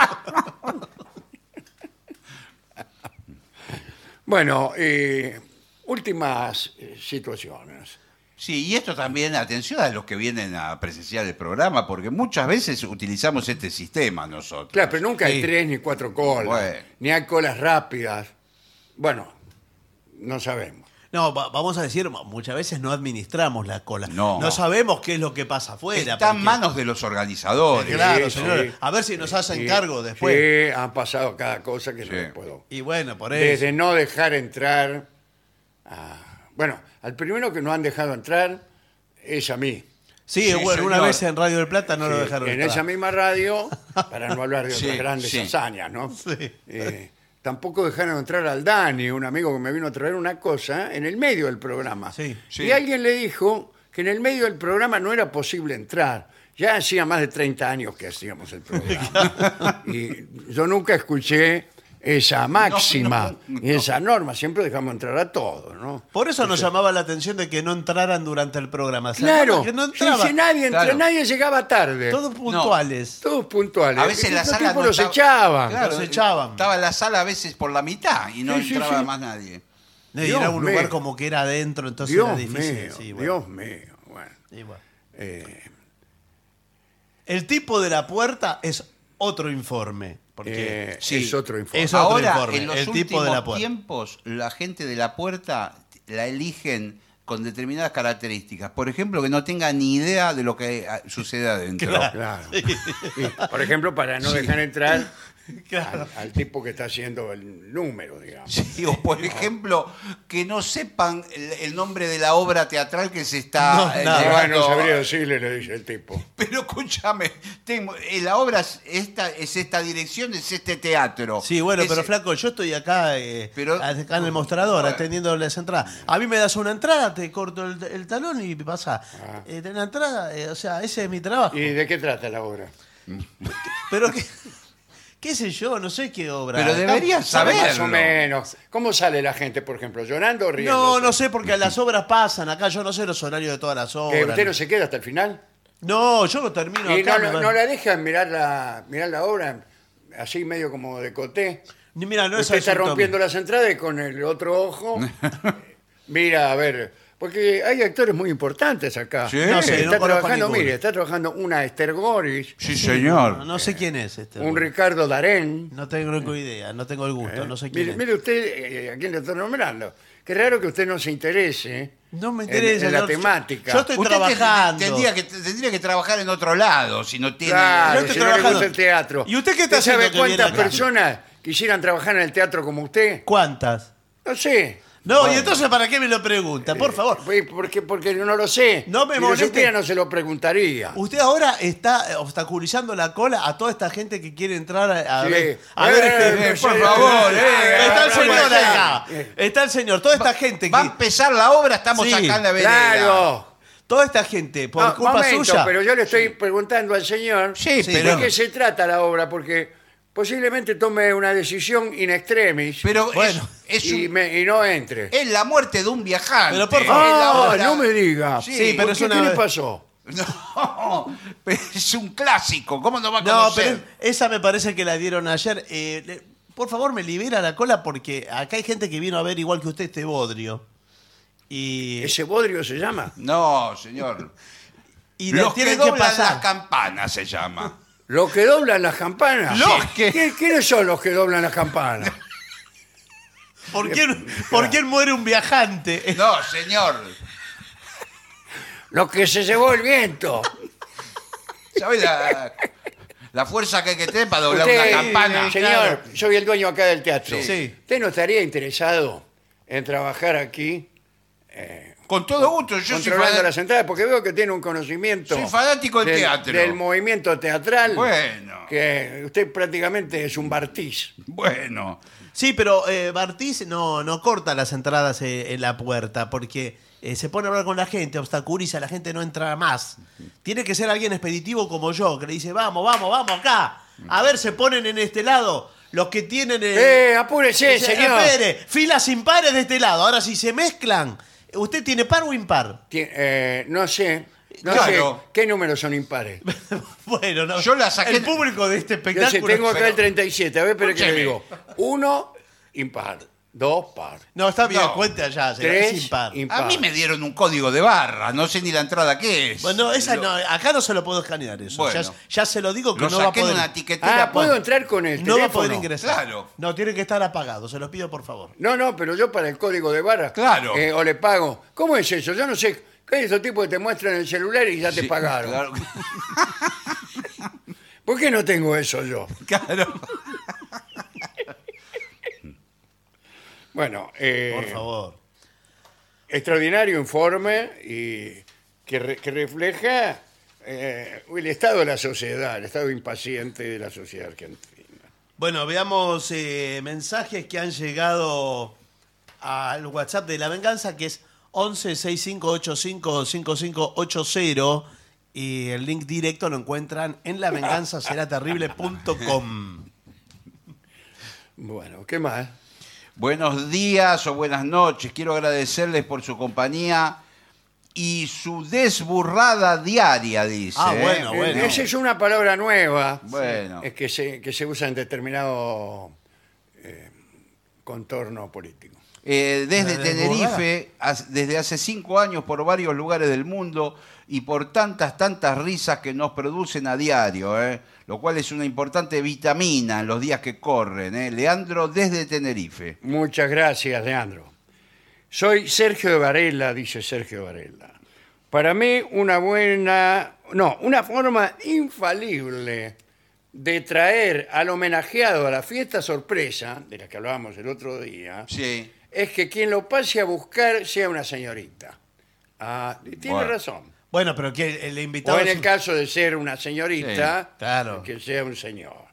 bueno, eh, últimas eh, situaciones. Sí, y esto también, atención a los que vienen a presenciar el programa, porque muchas veces utilizamos este sistema nosotros. Claro, pero nunca hay Sí. tres ni cuatro colas, Bueno. ni hay colas rápidas. Bueno, no sabemos. No, va- vamos a decir, mu- muchas veces no administramos la cola. No. sabemos qué es lo que pasa afuera. Está en porque- manos de los organizadores. Claro, Sí, señor. sí. A ver si nos hacen Sí, cargo después. Sí, han pasado cada cosa que Sí. no les puedo. Y bueno, por eso. Desde no dejar entrar. a- bueno, al primero que no han dejado entrar es a mí. Sí, Sí, bueno, una señor. vez en Radio del Plata no lo Sí, dejaron en entrar. esa misma radio, para no hablar de Sí, otras grandes sí. hazañas, ¿no? Sí. Eh, tampoco dejaron entrar al Dani, un amigo que me vino a traer una cosa, ¿eh? en el medio del programa. Sí, sí. Y alguien le dijo que en el medio del programa no era posible entrar. Ya hacía más de 30 años que hacíamos el programa. y yo nunca escuché esa máxima no, y esa norma. Siempre dejamos entrar a todos, ¿no? Por eso nos llamaba la atención de que no entraran durante el programa. O sea, Claro, que no sí, entraban. sí, nadie, entra- Claro. nadie llegaba tarde. Todos puntuales. Todos puntuales. A veces la Los sala tipos no este los estaba- echaban. Claro, Los echaban. Estaba la sala a veces por la mitad y no Sí, sí, entraba sí. más nadie. Y Dios era un lugar mío. como que era adentro, entonces Dios era mío, difícil. sí, bueno. Dios mío. Bueno, Y bueno. eh, El tipo de la puerta es otro informe. Porque eh, sí, es otro informe. es- otro Ahora, informe, en los el últimos tipo de la puerta. tiempos, la gente de la puerta la eligen con determinadas características. Por ejemplo, que no tenga ni idea de lo que eh, ah, sucede adentro. Claro. Y, por ejemplo, para no dejar entrar Claro. al, al tipo que está haciendo el número, digamos. Sí, o por ejemplo, que no sepan el, el nombre de la obra teatral que se está No, eh, nada. Ah, llevando. no sabría decirle, le dice el tipo. Pero escúchame, tengo, eh, la obra es esta, es esta dirección, es este teatro. Sí, bueno, Es- pero flaco, yo estoy acá, eh, Pero- acá en el mostrador Bueno. atendiendo las entradas. A mí me das una entrada, te corto el, el talón y pasa. Eh, de la entrada, eh, o sea, ese es mi trabajo. Ah. ¿Y de qué trata la obra? Pero qué, qué sé yo, no sé qué obra. Pero deberías Sabe saberlo. Más o menos. ¿Cómo sale la gente, por ejemplo? ¿Llorando o riendo? No, no sé, porque las obras pasan acá, yo no sé los horarios de todas las obras. Eh, ¿Usted no se queda hasta el final? No, yo lo termino ¿Y no, acá. me no- va- no la dejan mirar la, mirar la obra así medio como de coté? Ni- Mira, no es Usted está asunto mío. rompiendo las entradas y con el otro ojo mira, a ver, porque hay actores muy importantes acá. Sí. No sé, no está conozco trabajando, ninguno. mire, está trabajando una Esther Goris, Sí, No, señor. no sé quién es este. un Ricardo Darén. No tengo idea, no tengo el gusto, no sé quién Mire, es. mire usted eh, a quién le está nombrando. Qué raro que usted no se interese No me en- interesa. en, la no, yo- temática. Yo estoy Usted te- trabajando. Tendría que, tendría que trabajar en otro lado, si no tiene... Claro, Yo estoy si no le gusta trabajando. el teatro. ¿Y usted qué está sabe haciendo que viene cuántas acá? personas quisieran trabajar en el teatro como usted? ¿Cuántas? No sé. No, y entonces, ¿para qué me lo pregunta? Por favor. Pues, Porque, porque no lo sé. No me si lo moleste. supiera, no se lo preguntaría. Usted ahora está eh, obstaculizando la cola a toda esta gente que quiere entrar a, a Sí. ver. A Eh, ver, eh, este- por favor, eh, está el eh, señor eh, acá. Está el señor. Toda esta gente Va a que. empezar la obra, estamos Sí, acá en la vereda. Claro. Toda esta gente, por Ah, culpa momento, suya. pero yo le estoy preguntando al señor Sí, Sí, pero... de qué se trata la obra, porque posiblemente tome una decisión in extremis Pero es- Bueno, es, y, un- me- y no entre. es la muerte de un viajante. Pero por Es favor. la Ah, obra- no me diga. Sí, ¿Por pero ¿Qué, es una- ¿Qué le pasó? No, es un clásico. ¿Cómo no va a No, conocer? pero esa me parece que la dieron ayer. Eh, le- por favor, me libera la cola porque acá hay gente que vino a ver igual que usted este bodrio. Y, ¿Ese bodrio se llama? No, señor. y le Los que tienen que doblan las pasar. campanas se llama. ¿Los que doblan las campanas? Los que- ¿Qui- ¿Quiénes son los que doblan las campanas? ¿Por qué, por qué muere un viajante? No, señor. los que se llevó el viento. ¿Sabe la, la fuerza que hay que tener para doblar Usted, una campana? Señor, soy el dueño acá del teatro. Sí. ¿Usted no estaría interesado en trabajar aquí Con todo gusto, yo soy controlando fada- las entradas? Porque veo que tiene un conocimiento. Soy fanático del teatro. Del movimiento teatral. Bueno. Que usted prácticamente es un Bartiz. Bueno, Sí, pero eh, Bartiz no, no corta las entradas eh, en la puerta porque eh, se pone a hablar con la gente, obstaculiza, la gente no entra más. Tiene que ser alguien expeditivo como yo, que le dice, vamos, vamos, vamos acá. A ver, se ponen en este lado los que tienen... eh, ¡Eh, apúrese, Dice, señor! "Espere, filas impares de este lado. Ahora, si se mezclan, ¿usted tiene par o impar? Ti- eh, no sé. No Claro. sé qué números son impares. bueno, no. Yo la saqué- El público de este Yo sé, espectáculo. tengo acá pero- el 37. A ver, pero ¿qué le Escúcheme. digo? Uno, impar. Dos, par. No, está bien, No. cuenta ya. señor, Tres, es impar. impar. a mí me dieron un código de barra, no sé ni la entrada que es. Bueno, esa Lo- no, acá no se lo puedo escanear eso. Bueno. ya, ya se lo digo que Lo no va a saqué de poder. una etiquetera. Ah, ¿puedo entrar con el No va a teléfono? poder ingresar. Claro. No, tiene que estar apagado, se lo pido por favor. No, no, pero yo para el código de barra. Claro. eh, o le pago. ¿Cómo es eso? Yo no sé. ¿Qué es esos tipos que te muestran el celular y ya te Sí, pagaron? Claro. ¿Por qué no tengo eso yo? claro. Bueno, eh, Por favor. extraordinario informe y que, re- que refleja eh, el estado de la sociedad, el estado impaciente de la sociedad argentina. Bueno, veamos eh, mensajes que han llegado al WhatsApp de La Venganza, que es 1165855580 y el link directo lo encuentran en lavenganzaseraterrible.com. Bueno, ¿qué más? Buenos días o buenas noches. Quiero agradecerles por su compañía y su desburrada diaria, dice. Ah, ¿eh? bueno, Eh, bueno. Esa es una palabra nueva Bueno. eh, que, se, que se usa en determinado eh, contorno político. Eh, desde ¿La desburrada? Tenerife, as- desde hace cinco años, por varios lugares del mundo y por tantas, tantas risas que nos producen a diario, ¿eh? lo cual es una importante vitamina en los días que corren. ¿eh? Leandro, desde Tenerife. Muchas gracias, Leandro. Soy Sergio de Varela, dice Sergio Varela. Para mí, una buena, no, una forma infalible de traer al homenajeado a la fiesta sorpresa, de la que hablábamos el otro día, Sí. es que quien lo pase a buscar sea una señorita. Ah, y tiene Bueno. razón. Bueno, pero que el invitado. O en es el un- caso de ser una señorita, Sí, claro. que sea un señor.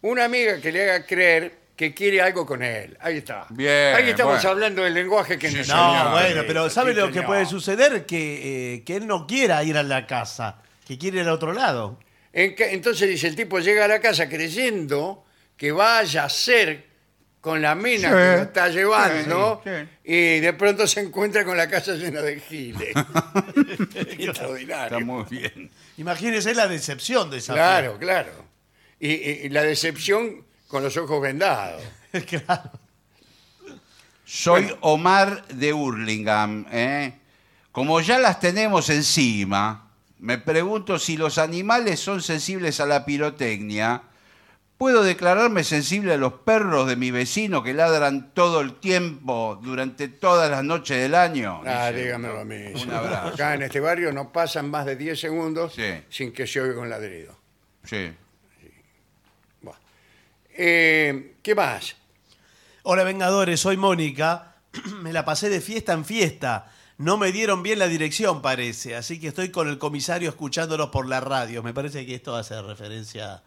Una amiga que le haga creer que quiere algo con él. Ahí está. Bien, Ahí estamos bueno. hablando del lenguaje que nos No, enseñaron. bueno, pero Sí, ¿sabe lo que señor. puede suceder? Que, eh, que él no quiera ir a la casa, que quiere ir al otro lado. En ca- Entonces dice, el tipo llega a la casa creyendo que vaya a ser con la mina Sí. que lo está llevando Sí, sí. y de pronto se encuentra con la casa llena de giles. Extraordinario. Está muy bien. Imagínese la decepción de esa Claro, claro. Y, y- y la decepción con los ojos vendados. mujer. Claro. Soy Omar de Hurlingham. ¿eh? Como ya las tenemos encima, me pregunto si los animales son sensibles a la pirotecnia. ¿Puedo declararme sensible a los perros de mi vecino que ladran todo el tiempo durante todas las noches del año? Ah, Dice, dígamelo a mí. Un abrazo. Acá en este barrio no pasan más de 10 segundos Sí. sin que se oiga un ladrido. Sí. Buah. Eh, ¿Qué más? Hola, Vengadores, soy Mónica. Me la pasé de fiesta en fiesta. No me dieron bien la dirección, parece. Así que estoy con el comisario escuchándolos por la radio. Me parece que esto hace referencia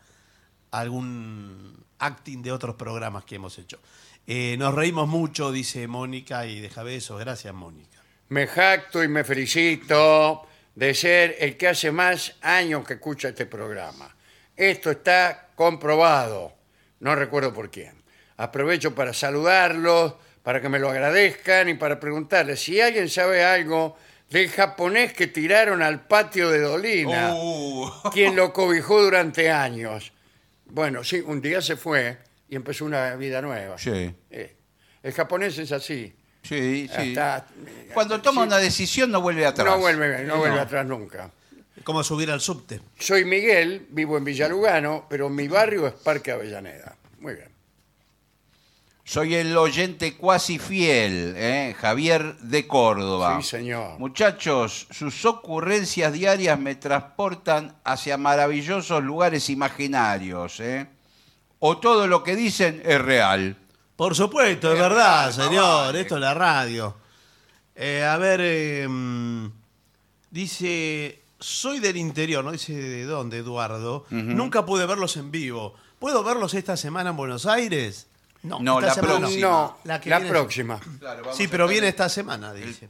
a algún acting de otros programas que hemos hecho. Eh, nos reímos mucho, dice Mónica, y deja besos. Gracias, Mónica. Me jacto y me felicito de ser el que hace más años que escucha este programa. Esto está comprobado. No recuerdo por quién. Aprovecho para saludarlos, para que me lo agradezcan y para preguntarles si alguien sabe algo del japonés que tiraron al patio de Dolina, Uh. quien lo cobijó durante años. Bueno, sí, un día se fue y empezó una vida nueva. Sí. Eh, el japonés es así. Sí, sí. Hasta- eh, Cuando toma Sí. una decisión no vuelve atrás. No vuelve, no vuelve atrás nunca. Como subir al subte. Soy Miguel, vivo en Villalugano, pero mi barrio es Parque Avellaneda. Muy bien. Soy el oyente cuasi fiel, ¿eh? Javier de Córdoba. Sí, señor. Muchachos, sus ocurrencias diarias me transportan hacia maravillosos lugares imaginarios. ¿eh? O todo lo que dicen es real. Por supuesto, es Es verdad, verdad, señor. vale. Esto es la radio. Eh, a ver, eh, mm, dice, soy del interior, no dice de dónde, Eduardo. Nunca pude verlos en vivo. ¿Puedo verlos esta semana en Buenos Aires? No, esta la semana próxima. No, la, La que viene- próxima. Sí, pero viene esta semana, dice.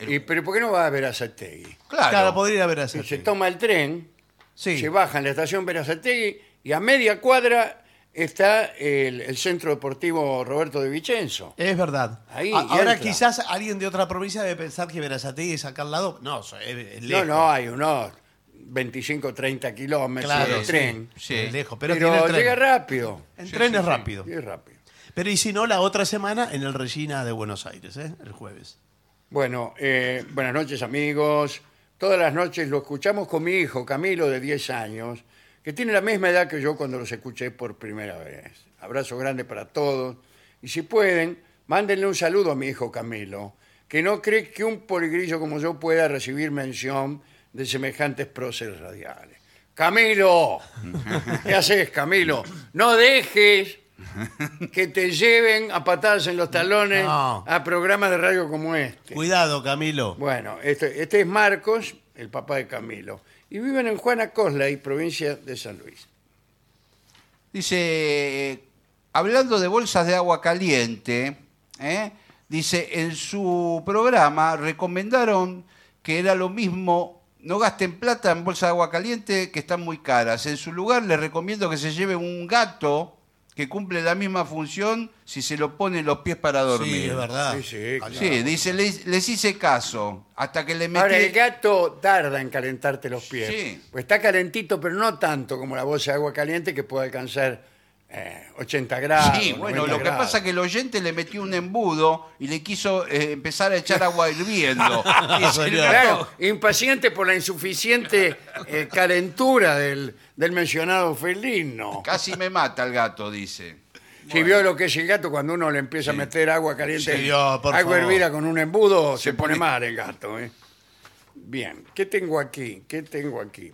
¿Y, pero ¿por qué no va a Verazategui? Claro. Claro, podría ir a ver a Si Sergio. se toma el tren, Sí. se baja en la estación Verazategui y a media cuadra está el, el Centro Deportivo Roberto de Vicenzo. Es verdad. Ahí, A- y Ahora entra. quizás alguien de otra provincia debe pensar que Verazategui es acá al lado. No, es, es No, lejos. no, hay unos 25, 30 kilómetros Claro, de sí. tren. Sí. Es lejos, pero, Pero, tiene tren. llega rápido. En Sí, tren sí, es sí. rápido. Llega rápido. Pero y si no, la otra semana en el Regina de Buenos Aires, ¿eh? el jueves. Bueno, eh, buenas noches amigos. Todas las noches lo escuchamos con mi hijo, Camilo, de 10 años, que tiene la misma edad que yo cuando los escuché por primera vez. Abrazo grande para todos. Y si pueden, mándenle un saludo a mi hijo Camilo, que no cree que un poligrillo como yo pueda recibir mención de semejantes próceres radiales. Camilo, ¿qué haces, Camilo? No dejes que te lleven a patadas en los talones No. a programas de radio como este. Cuidado, Camilo. Bueno, este, este es Marcos, el papá de Camilo, y viven en Juana Coslay, provincia de San Luis. Dice, eh, hablando de bolsas de agua caliente, ¿eh? dice, en su programa recomendaron que era lo mismo, no gasten plata en bolsas de agua caliente que están muy caras. En su lugar les recomiendo que se lleve un gato que cumple la misma función si se lo pone en los pies para dormir. Sí, es verdad. Sí, sí, claro. Ah, Sí, dice, les, les hice caso, hasta que le metí... Ahora, el gato tarda en calentarte los pies. Sí. Pues está calentito, pero no tanto como la bolsa de agua caliente que puede alcanzar eh, 80 grados. Sí, bueno, 90 lo que grados. pasa es que el oyente le metió un embudo y le quiso eh, empezar a echar agua hirviendo. Y se le- Claro, impaciente por la insuficiente eh, calentura del, del mencionado felino. Casi me mata el gato, dice. Si vio lo que es el gato cuando uno le empieza a meter agua caliente, Sí, Dios, por agua favor. hervida con un embudo, se, pone mal el gato. ¿eh? Bien, ¿qué tengo aquí? ¿Qué tengo aquí?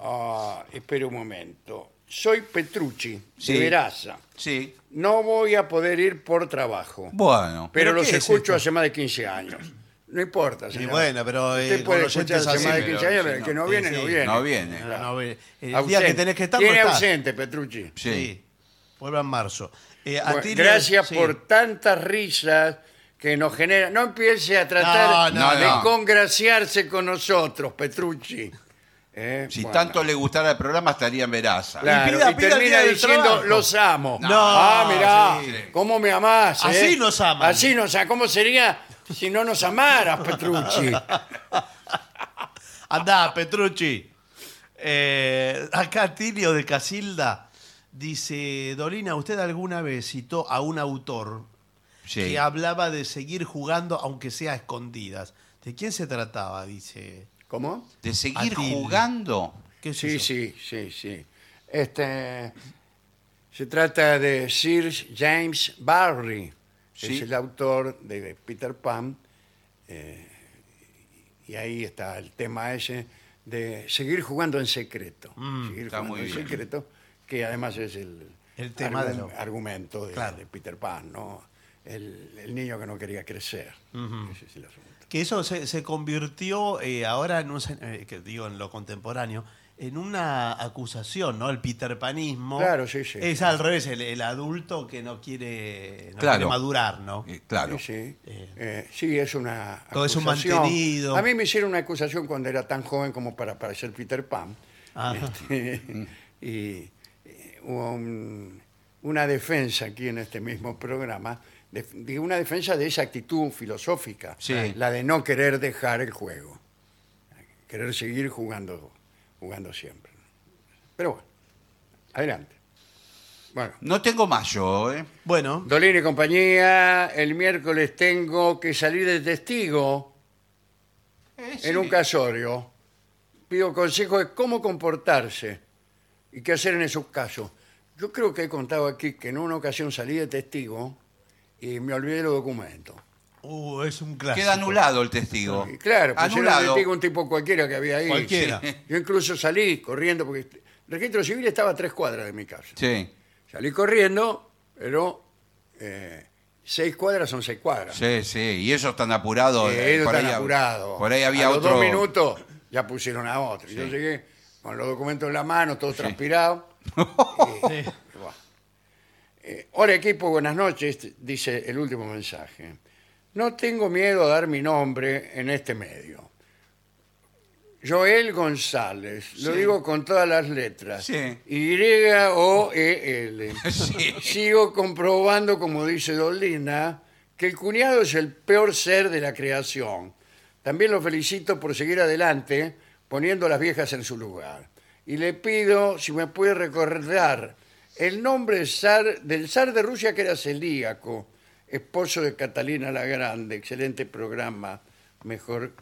Ah, espera un momento. soy Petrucci, Sí. de Veraza. Sí. No voy a poder ir por trabajo. Bueno. pero, ¿Pero los qué es escucho esto? hace más de 15 años. No importa, Y señor. bueno, pero, eh, Usted con puede los escuchar oyentes hace así, más de pero 15 años, pero el si que no- no viene, sí, no sí, viene. no viene. Pero no, el día eh. Ausente. que tenés que estar, no Viene estás. ausente, Petrucci. Sí. Sí. Vuelva en marzo. Eh, Bueno, Atilio- gracias sí. por tantas risas que nos genera. No empiece a tratar No, no, de no. congraciarse con nosotros, Petrucci. Eh, Si bueno. tanto le gustara el programa, estaría en Veraza. Claro, Y y, pida- pida el día termina del diciendo trabajo. los amo. No, ah, mirá, sí. cómo me amás. eh. Así nos aman. Así nos aman. ¿Cómo sería si no nos amaras, Petrucci? Andá, Petrucci. Eh, acá Tilio de Casilda dice, Dolina, ¿usted alguna vez citó a un autor Sí. que hablaba de seguir jugando aunque sea a escondidas? ¿De quién se trataba? Dice. ¿Cómo? De seguir Atil. jugando. ¿Qué es Sí, eso? sí, sí, sí. Este, se trata de Sir James Barry, Sí. es el autor de Peter Pan, eh, y ahí está el tema ese de seguir jugando en secreto. Mm, seguir está jugando muy en bien. secreto, que además es el, El tema de lo- argumento de, Claro. de Peter Pan, ¿no? El, el niño que no quería crecer. Ese es el asunto. Que eso se, se convirtió eh, ahora en un, sen- eh, que digo en lo contemporáneo, en una acusación, ¿no? El peterpanismo. Claro, sí, sí. Es al revés, el, el adulto que no quiere, no Claro. quiere madurar, Ah, ¿no? Eh, claro. Sí, sí. Eh, sí, es una Todo es un acusación. mantenido. A mí me hicieron una acusación cuando era tan joven como para parecer Peter Pan. Ajá. Este, y eh, hubo un- una defensa aquí en este mismo programa, de, de una defensa de esa actitud filosófica, Sí. la de no querer dejar el juego, querer seguir jugando, jugando siempre. Pero bueno, adelante. Bueno. No tengo más yo, ¿eh? Bueno, Dolina y compañía, el miércoles tengo que salir de testigo Eh, sí. en un casorio. Pido consejo de cómo comportarse y qué hacer en esos casos. Yo creo que he contado aquí que en una ocasión salí de testigo y me olvidé los documentos. uh, es un clásico. Queda anulado el testigo. Y claro, pues pusieron de Oh. anulado. testigo un tipo cualquiera que había ahí. Cualquiera. Yo incluso salí corriendo porque el registro civil estaba a tres cuadras de mi casa. Sí, Salí corriendo, pero eh, seis cuadras son seis cuadras. sí, sí. Y ellos están apurados. Sí, eh, ellos por están ahí hab- apurados. Por ahí había a los otro. dos minutos ya pusieron a otro. Yo Sí. llegué con los documentos en la mano, todo transpirado. Sí. Y bueno. Eh, hola equipo, buenas noches, dice el último mensaje. No tengo miedo a dar mi nombre en este medio. Joel González, lo digo con todas las letras. Sí. Y-O-E-L. Sí. Sigo comprobando, como dice Dolina, que el cuñado es el peor ser de la creación. También lo felicito por seguir adelante poniendo a las viejas en su lugar. Y le pido si me puede recordar el nombre del zar, del zar de Rusia que era celíaco, esposo de Catalina la Grande, excelente programa, mejor,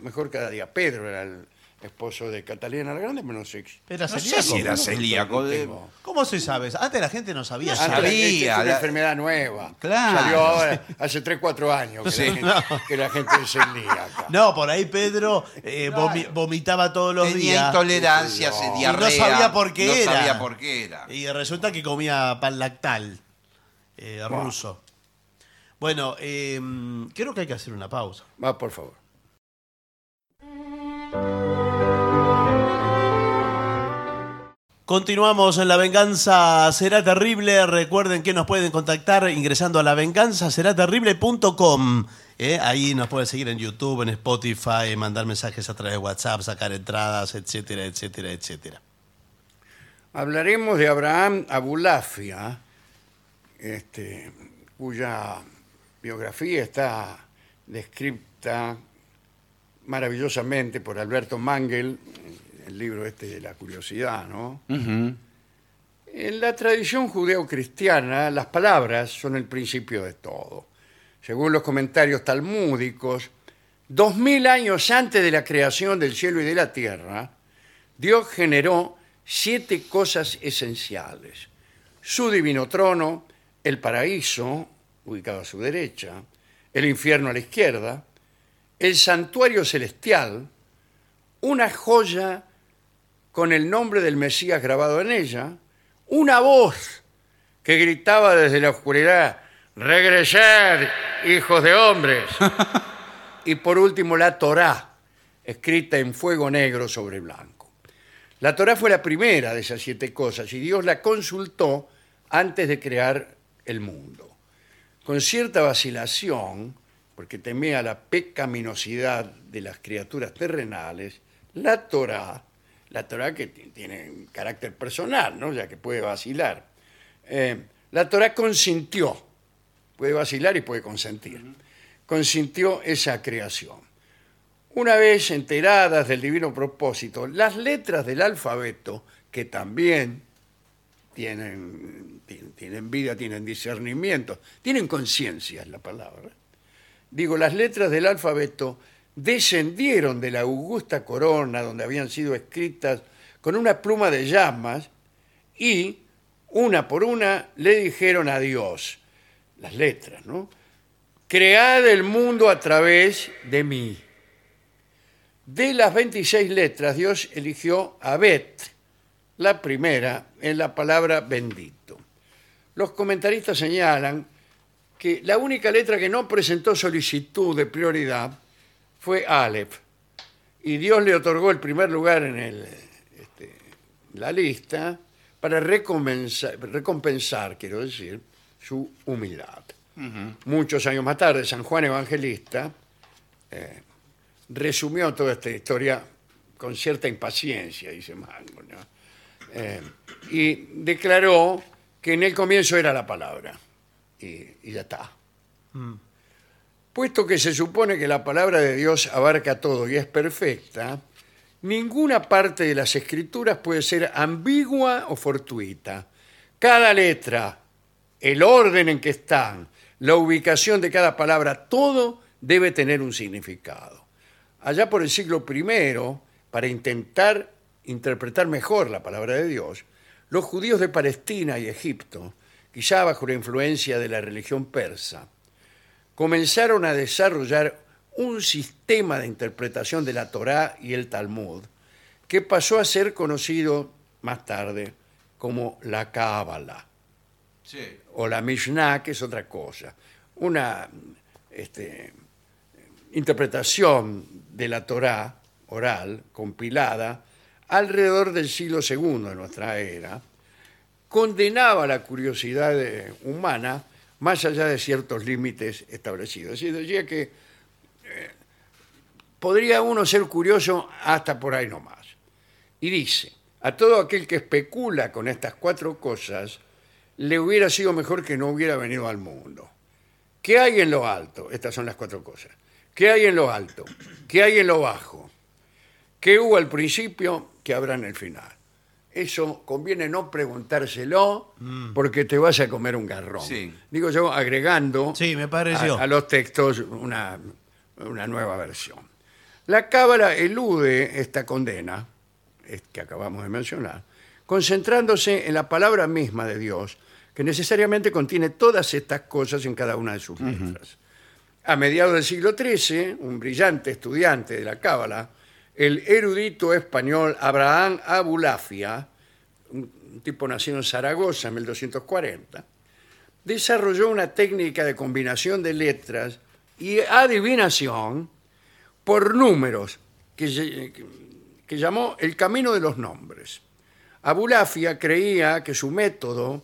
mejor cada día. Pedro era el esposo de Catalina la Grande, pero no sé. Era No sé celíaco. si era celíaco. de- Tengo. ¿Cómo se sabe? Antes la gente no sabía. No eso. Antes la- Ah, este es sabía, una la- enfermedad nueva. Claro. Salió ahora, hace 3, 4 años que, Sí. la gente, que la gente es celíaca. No, por ahí Pedro eh, vomi- vomitaba todos los Tenía días. intolerancia, Y no diarrea. sabía por qué no era. sabía por qué era. Y resulta que comía pan lactal eh, ruso. Bueno, eh, creo que hay que hacer una pausa. Va, por favor. Continuamos en La Venganza Será Terrible. Recuerden que nos pueden contactar ingresando a lavenganzaseraterrible.com. Eh, Ahí nos pueden seguir en YouTube, en Spotify, mandar mensajes a través de WhatsApp, sacar entradas, etcétera, etcétera, etcétera. Hablaremos de Abraham Abulafia, este, cuya biografía está descrita maravillosamente por Alberto Mangel, en el libro este de la curiosidad, ¿no? En la tradición judeocristiana, las palabras son el principio de todo. Según los comentarios talmúdicos, dos mil años antes de la creación del cielo y de la tierra, Dios generó siete cosas esenciales. Su divino trono, el paraíso, ubicado a su derecha, el infierno a la izquierda, el santuario celestial, una joya con el nombre del Mesías grabado en ella una voz que gritaba desde la oscuridad, regresad, hijos de hombres. y por último, la Torá, escrita en fuego negro sobre blanco. La Torá fue la primera de esas siete cosas y Dios la consultó antes de crear el mundo. Con cierta vacilación, porque temía la pecaminosidad de las criaturas terrenales, la Torá, la Torá que ti- tiene un carácter personal, ¿no? ya que puede vacilar, eh, la Torá consintió, puede vacilar y puede consentir, consintió esa creación. Una vez enteradas del divino propósito, las letras del alfabeto, que también tienen, ti- tienen vida, tienen discernimiento, tienen conciencia es la palabra. Digo, las letras del alfabeto descendieron de la augusta corona donde habían sido escritas con una pluma de llamas y una por una le dijeron a Dios, las letras, ¿no? Cread el mundo a través de mí. De las 26 letras, Dios eligió a Bet, la primera en la palabra bendito. Los comentaristas señalan que la única letra que no presentó solicitud de prioridad fue Aleph. Y Dios le otorgó el primer lugar en el, este, la lista para recompensar, recompensar, quiero decir, su humildad. Muchos años más tarde, San Juan Evangelista eh, resumió toda esta historia con cierta impaciencia, dice Mango, ¿no? Eh, y declaró que en el comienzo era la palabra. Y, y ya está. Puesto que se supone que la palabra de Dios abarca todo y es perfecta, ninguna parte de las escrituras puede ser ambigua o fortuita. Cada letra, el orden en que están, la ubicación de cada palabra, todo debe tener un significado. Allá por el siglo I, para intentar interpretar mejor la palabra de Dios, los judíos de Palestina y Egipto, quizá bajo la influencia de la religión persa, comenzaron a desarrollar un sistema de interpretación de la Torá y el Talmud, que pasó a ser conocido más tarde como la Cábala Sí. o la Mishnah, que es otra cosa. Una este, interpretación de la Torá oral, compilada, alrededor del siglo II de nuestra era, condenaba la curiosidad eh, humana más allá de ciertos límites establecidos. Es decir, decía que eh, podría uno ser curioso hasta por ahí nomás. Y dice, a todo aquel que especula con estas cuatro cosas, le hubiera sido mejor que no hubiera venido al mundo. ¿Qué hay en lo alto? Estas son las cuatro cosas. ¿Qué hay en lo alto? ¿Qué hay en lo bajo? ¿Qué hubo al principio? ¿Qué habrá en el final? Eso conviene no preguntárselo porque te vas a comer un garrón. Sí. Digo yo agregando Sí, me pareció. a, a los textos una, una nueva versión. La Cábala elude esta condena es- que acabamos de mencionar, concentrándose en la palabra misma de Dios, que necesariamente contiene todas estas cosas en cada una de sus letras. A mediados del siglo XIII, un brillante estudiante de la Cábala, el erudito español Abraham Abulafia, un un tipo nacido en Zaragoza en 1240, desarrolló una técnica de combinación de letras y adivinación por números que, lle- que llamó el camino de los nombres. Abulafia creía que su método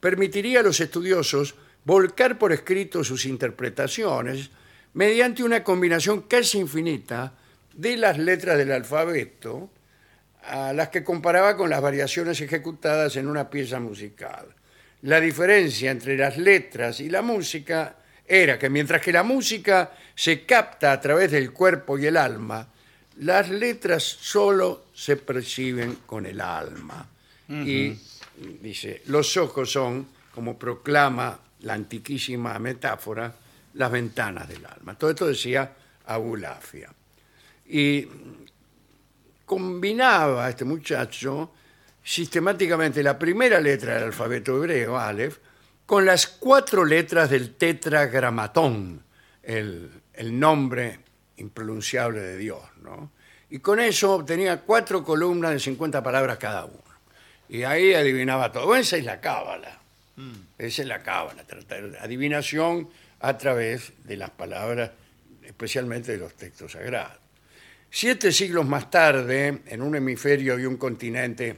permitiría a los estudiosos volcar por escrito sus interpretaciones mediante una combinación casi infinita de las letras del alfabeto, a las que comparaba con las variaciones ejecutadas en una pieza musical. La diferencia entre las letras y la música era que mientras que la música se capta a través del cuerpo y el alma, las letras solo se perciben con el alma. Y dice, los ojos son, como proclama la antiquísima metáfora, las ventanas del alma. Todo esto decía Abulafia. Y combinaba este muchacho sistemáticamente la primera letra del alfabeto hebreo, Aleph, con las cuatro letras del tetragramatón, el, el nombre impronunciable de Dios, ¿no? Y con eso obtenía cuatro columnas de 50 palabras cada uno. y ahí adivinaba todo. Esa es la cábala. Esa es la cábala, tratar adivinación a través de las palabras, especialmente de los textos sagrados. Siete siglos más tarde, en un hemisferio y un continente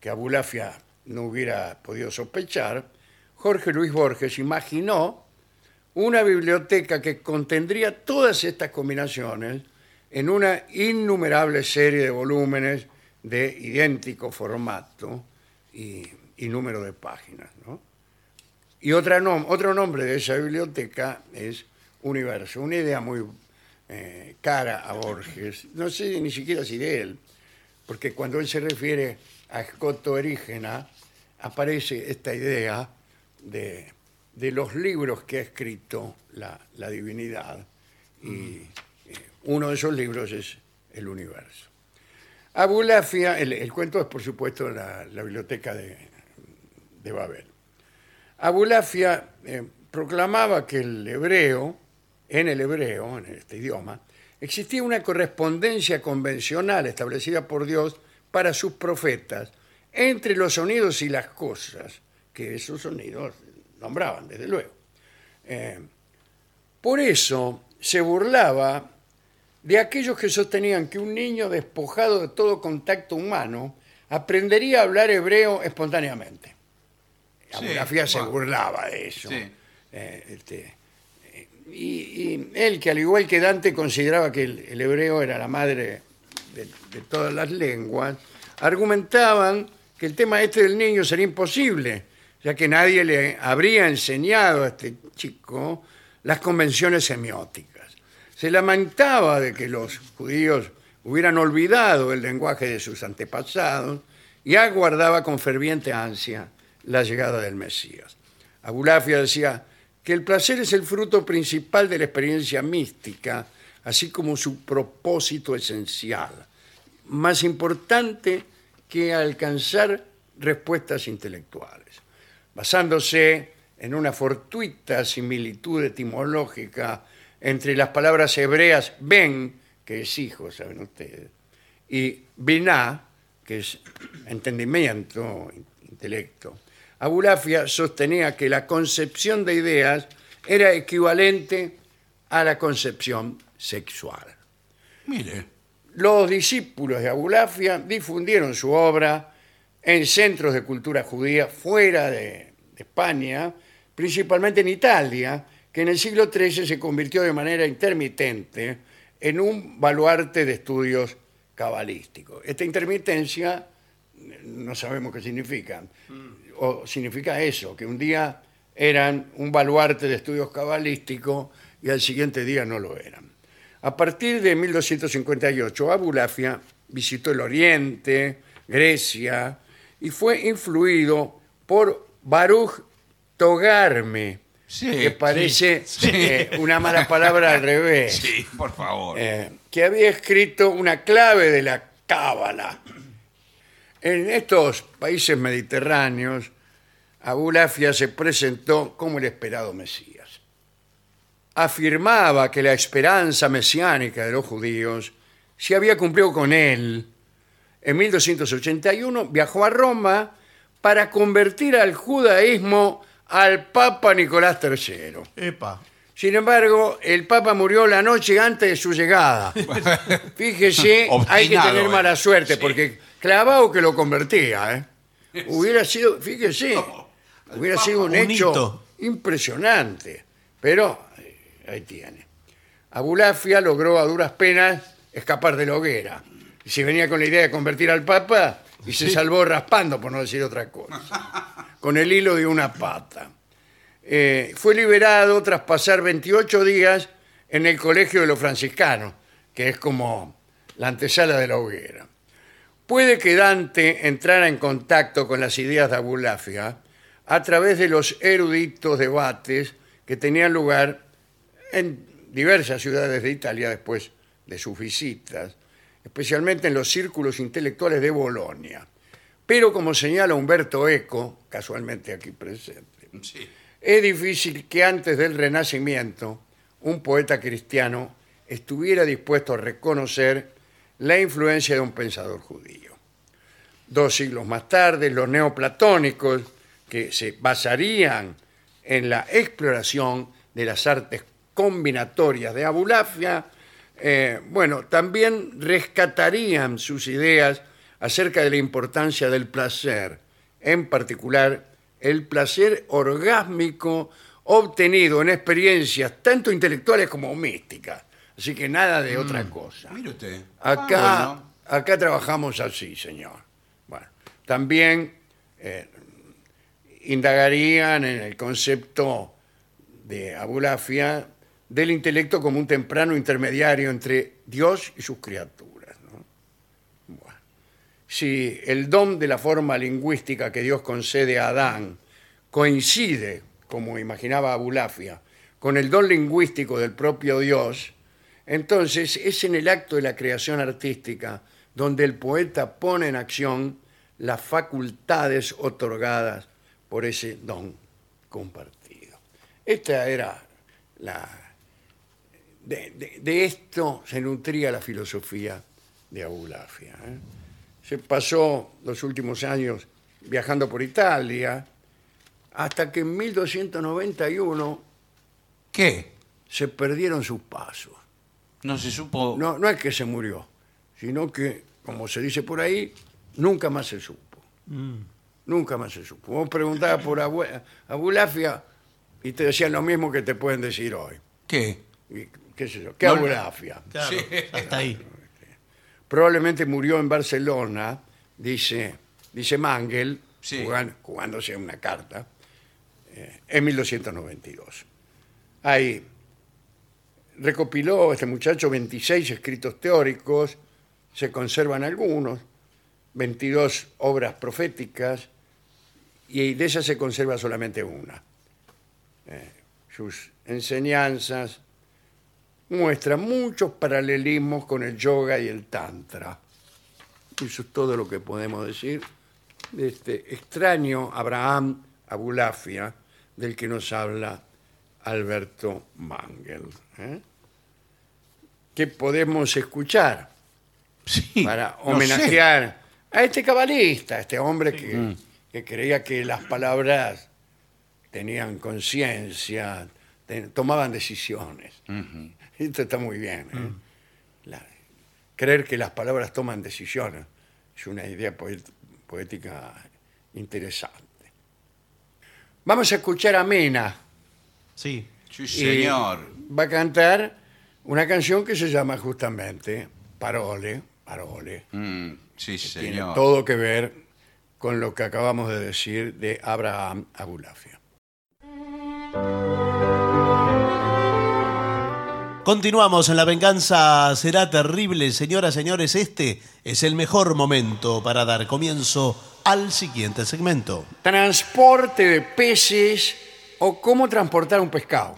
que Abulafia no hubiera podido sospechar, Jorge Luis Borges imaginó una biblioteca que contendría todas estas combinaciones en una innumerable serie de volúmenes de idéntico formato y, y número de páginas. ¿no? Y otra nom- otro nombre de esa biblioteca es Universo, una idea muy eh, cara a Borges. No sé ni siquiera si de él, porque cuando él se refiere a Escoto Erígena, aparece esta idea de, de los libros que ha escrito la, la divinidad. Y eh, uno de esos libros es El Universo. Abulafia, el, el cuento es por supuesto la, la biblioteca de, de Babel. Abulafia eh, proclamaba que el hebreo, en el hebreo, en este idioma, existía una correspondencia convencional establecida por Dios para sus profetas entre los sonidos y las cosas, que esos sonidos nombraban, desde luego. Eh, por eso se burlaba de aquellos que sostenían que un niño despojado de todo contacto humano aprendería a hablar hebreo espontáneamente. La Sí, biografía se bueno. burlaba de eso. Sí. Eh, este, eh, y, y él, que al igual que Dante consideraba que el, el hebreo era la madre de, de todas las lenguas, argumentaban que el tema este del niño sería imposible, ya que nadie le habría enseñado a este chico las convenciones semióticas. Se lamentaba de que los judíos hubieran olvidado el lenguaje de sus antepasados y aguardaba con ferviente ansia la llegada del Mesías. Abulafia decía que el placer es el fruto principal de la experiencia mística, así como su propósito esencial, más importante que alcanzar respuestas intelectuales. Basándose en una fortuita similitud etimológica entre las palabras hebreas ben, que es hijo, saben ustedes, y biná, que es entendimiento, intelecto. Abulafia sostenía que la concepción de ideas era equivalente a la concepción sexual. Mire. Los discípulos de Abulafia difundieron su obra en centros de cultura judía fuera de, de España, principalmente en Italia, que en el siglo XIII se convirtió de manera intermitente en un baluarte de estudios cabalísticos. Esta intermitencia eh, no sabemos qué significa, o significa eso, que un día eran un baluarte de estudios cabalísticos y al siguiente día no lo eran. A partir de 1258, Abulafia visitó el Oriente, Grecia, y fue influido por Baruch Togarme, Sí, que parece sí, sí. eh, una mala palabra al revés, Sí, por favor. eh, que había escrito una clave de la cábala. En estos países mediterráneos, Abulafia se presentó como el esperado Mesías afirmaba que la esperanza mesiánica de los judíos se había cumplido con él. En 1281 viajó a Roma para convertir al judaísmo al Papa Nicolás III. Epa. Sin embargo, el Papa murió la noche antes de su llegada. Fíjese, hay que Obstinado, tener eh. mala suerte, Sí. porque clavado que lo convertía, ¿eh? Hubiera sido, fíjese, hubiera sido un, un hecho hito. impresionante. Pero eh, ahí tiene. Abulafia logró a duras penas escapar de la hoguera. Y se venía con la idea de convertir al Papa y se salvó raspando, por no decir otra cosa, con el hilo de una pata. Eh, fue liberado tras pasar 28 días en el Colegio de los Franciscanos, que es como la antesala de la hoguera. Puede que Dante entrara en contacto con las ideas de Abulafia a través de los eruditos debates que tenían lugar en diversas ciudades de Italia después de sus visitas, especialmente en los círculos intelectuales de Bolonia. Pero como señala Humberto Eco, casualmente aquí presente, Sí. es difícil que antes del Renacimiento un poeta cristiano estuviera dispuesto a reconocer la influencia de un pensador judío. dos siglos más tarde, los neoplatónicos, que se basarían en la exploración de las artes combinatorias de Abulafia, eh, bueno, también rescatarían sus ideas acerca de la importancia del placer, en particular el placer orgásmico obtenido en experiencias tanto intelectuales como místicas. Así que nada de otra cosa. Mire usted. Acá, Ah, bueno. acá trabajamos así, señor. Bueno, también eh, indagarían en el concepto de Abulafia del intelecto como un temprano intermediario entre Dios y sus criaturas. ¿no? Bueno. Si el don de la forma lingüística que Dios concede a Adán coincide, como imaginaba Abulafia, con el don lingüístico del propio Dios, entonces es en el acto de la creación artística donde el poeta pone en acción las facultades otorgadas por ese don compartido. Esta era la... De, de- de esto se nutría la filosofía de Abulafia. ¿eh? Se pasó los últimos años viajando por Italia hasta que en 1291 ¿Qué? se perdieron sus pasos. No se supo. No, no es que se murió, sino que, como se dice por ahí, nunca más se supo. Nunca más se supo. Vos preguntabas por Abue- Abulafia y te decían lo mismo que te pueden decir hoy. ¿Qué? Y, ¿Qué sé yo? ¿Qué No, Abulafia? Claro, Sí. hasta ahí. Probablemente murió en Barcelona, dice, dice Mangel, Sí. jugan- jugándose una carta, eh, en 1292. Ahí recopiló este muchacho 26 escritos teóricos, se conservan algunos, 22 obras proféticas, y de esas se conserva solamente una. Eh, sus enseñanzas muestran muchos paralelismos con el yoga y el tantra. Eso es todo lo que podemos decir de este extraño Abraham Abulafia del que nos habla Alberto Mangel. ¿eh? ¿Qué podemos escuchar Sí. para no sé. homenajear a este cabalista, a este hombre que, Mm. que creía que las palabras tenían conciencia, te- tomaban decisiones. Esto está muy bien. ¿eh? Mm. La- creer que las palabras toman decisiones es una idea poet- poética interesante. Vamos a escuchar a Mena. Sí. Sí, y señor. Va a cantar una canción que se llama justamente Parole, Parole. Mm, sí, Tiene señor. todo que ver con lo que acabamos de decir de Abraham Abulafia. Continuamos en La Venganza Será Terrible, señoras, señores. Este es el mejor momento para dar comienzo al siguiente segmento. Transporte de peces o cómo transportar un pescado.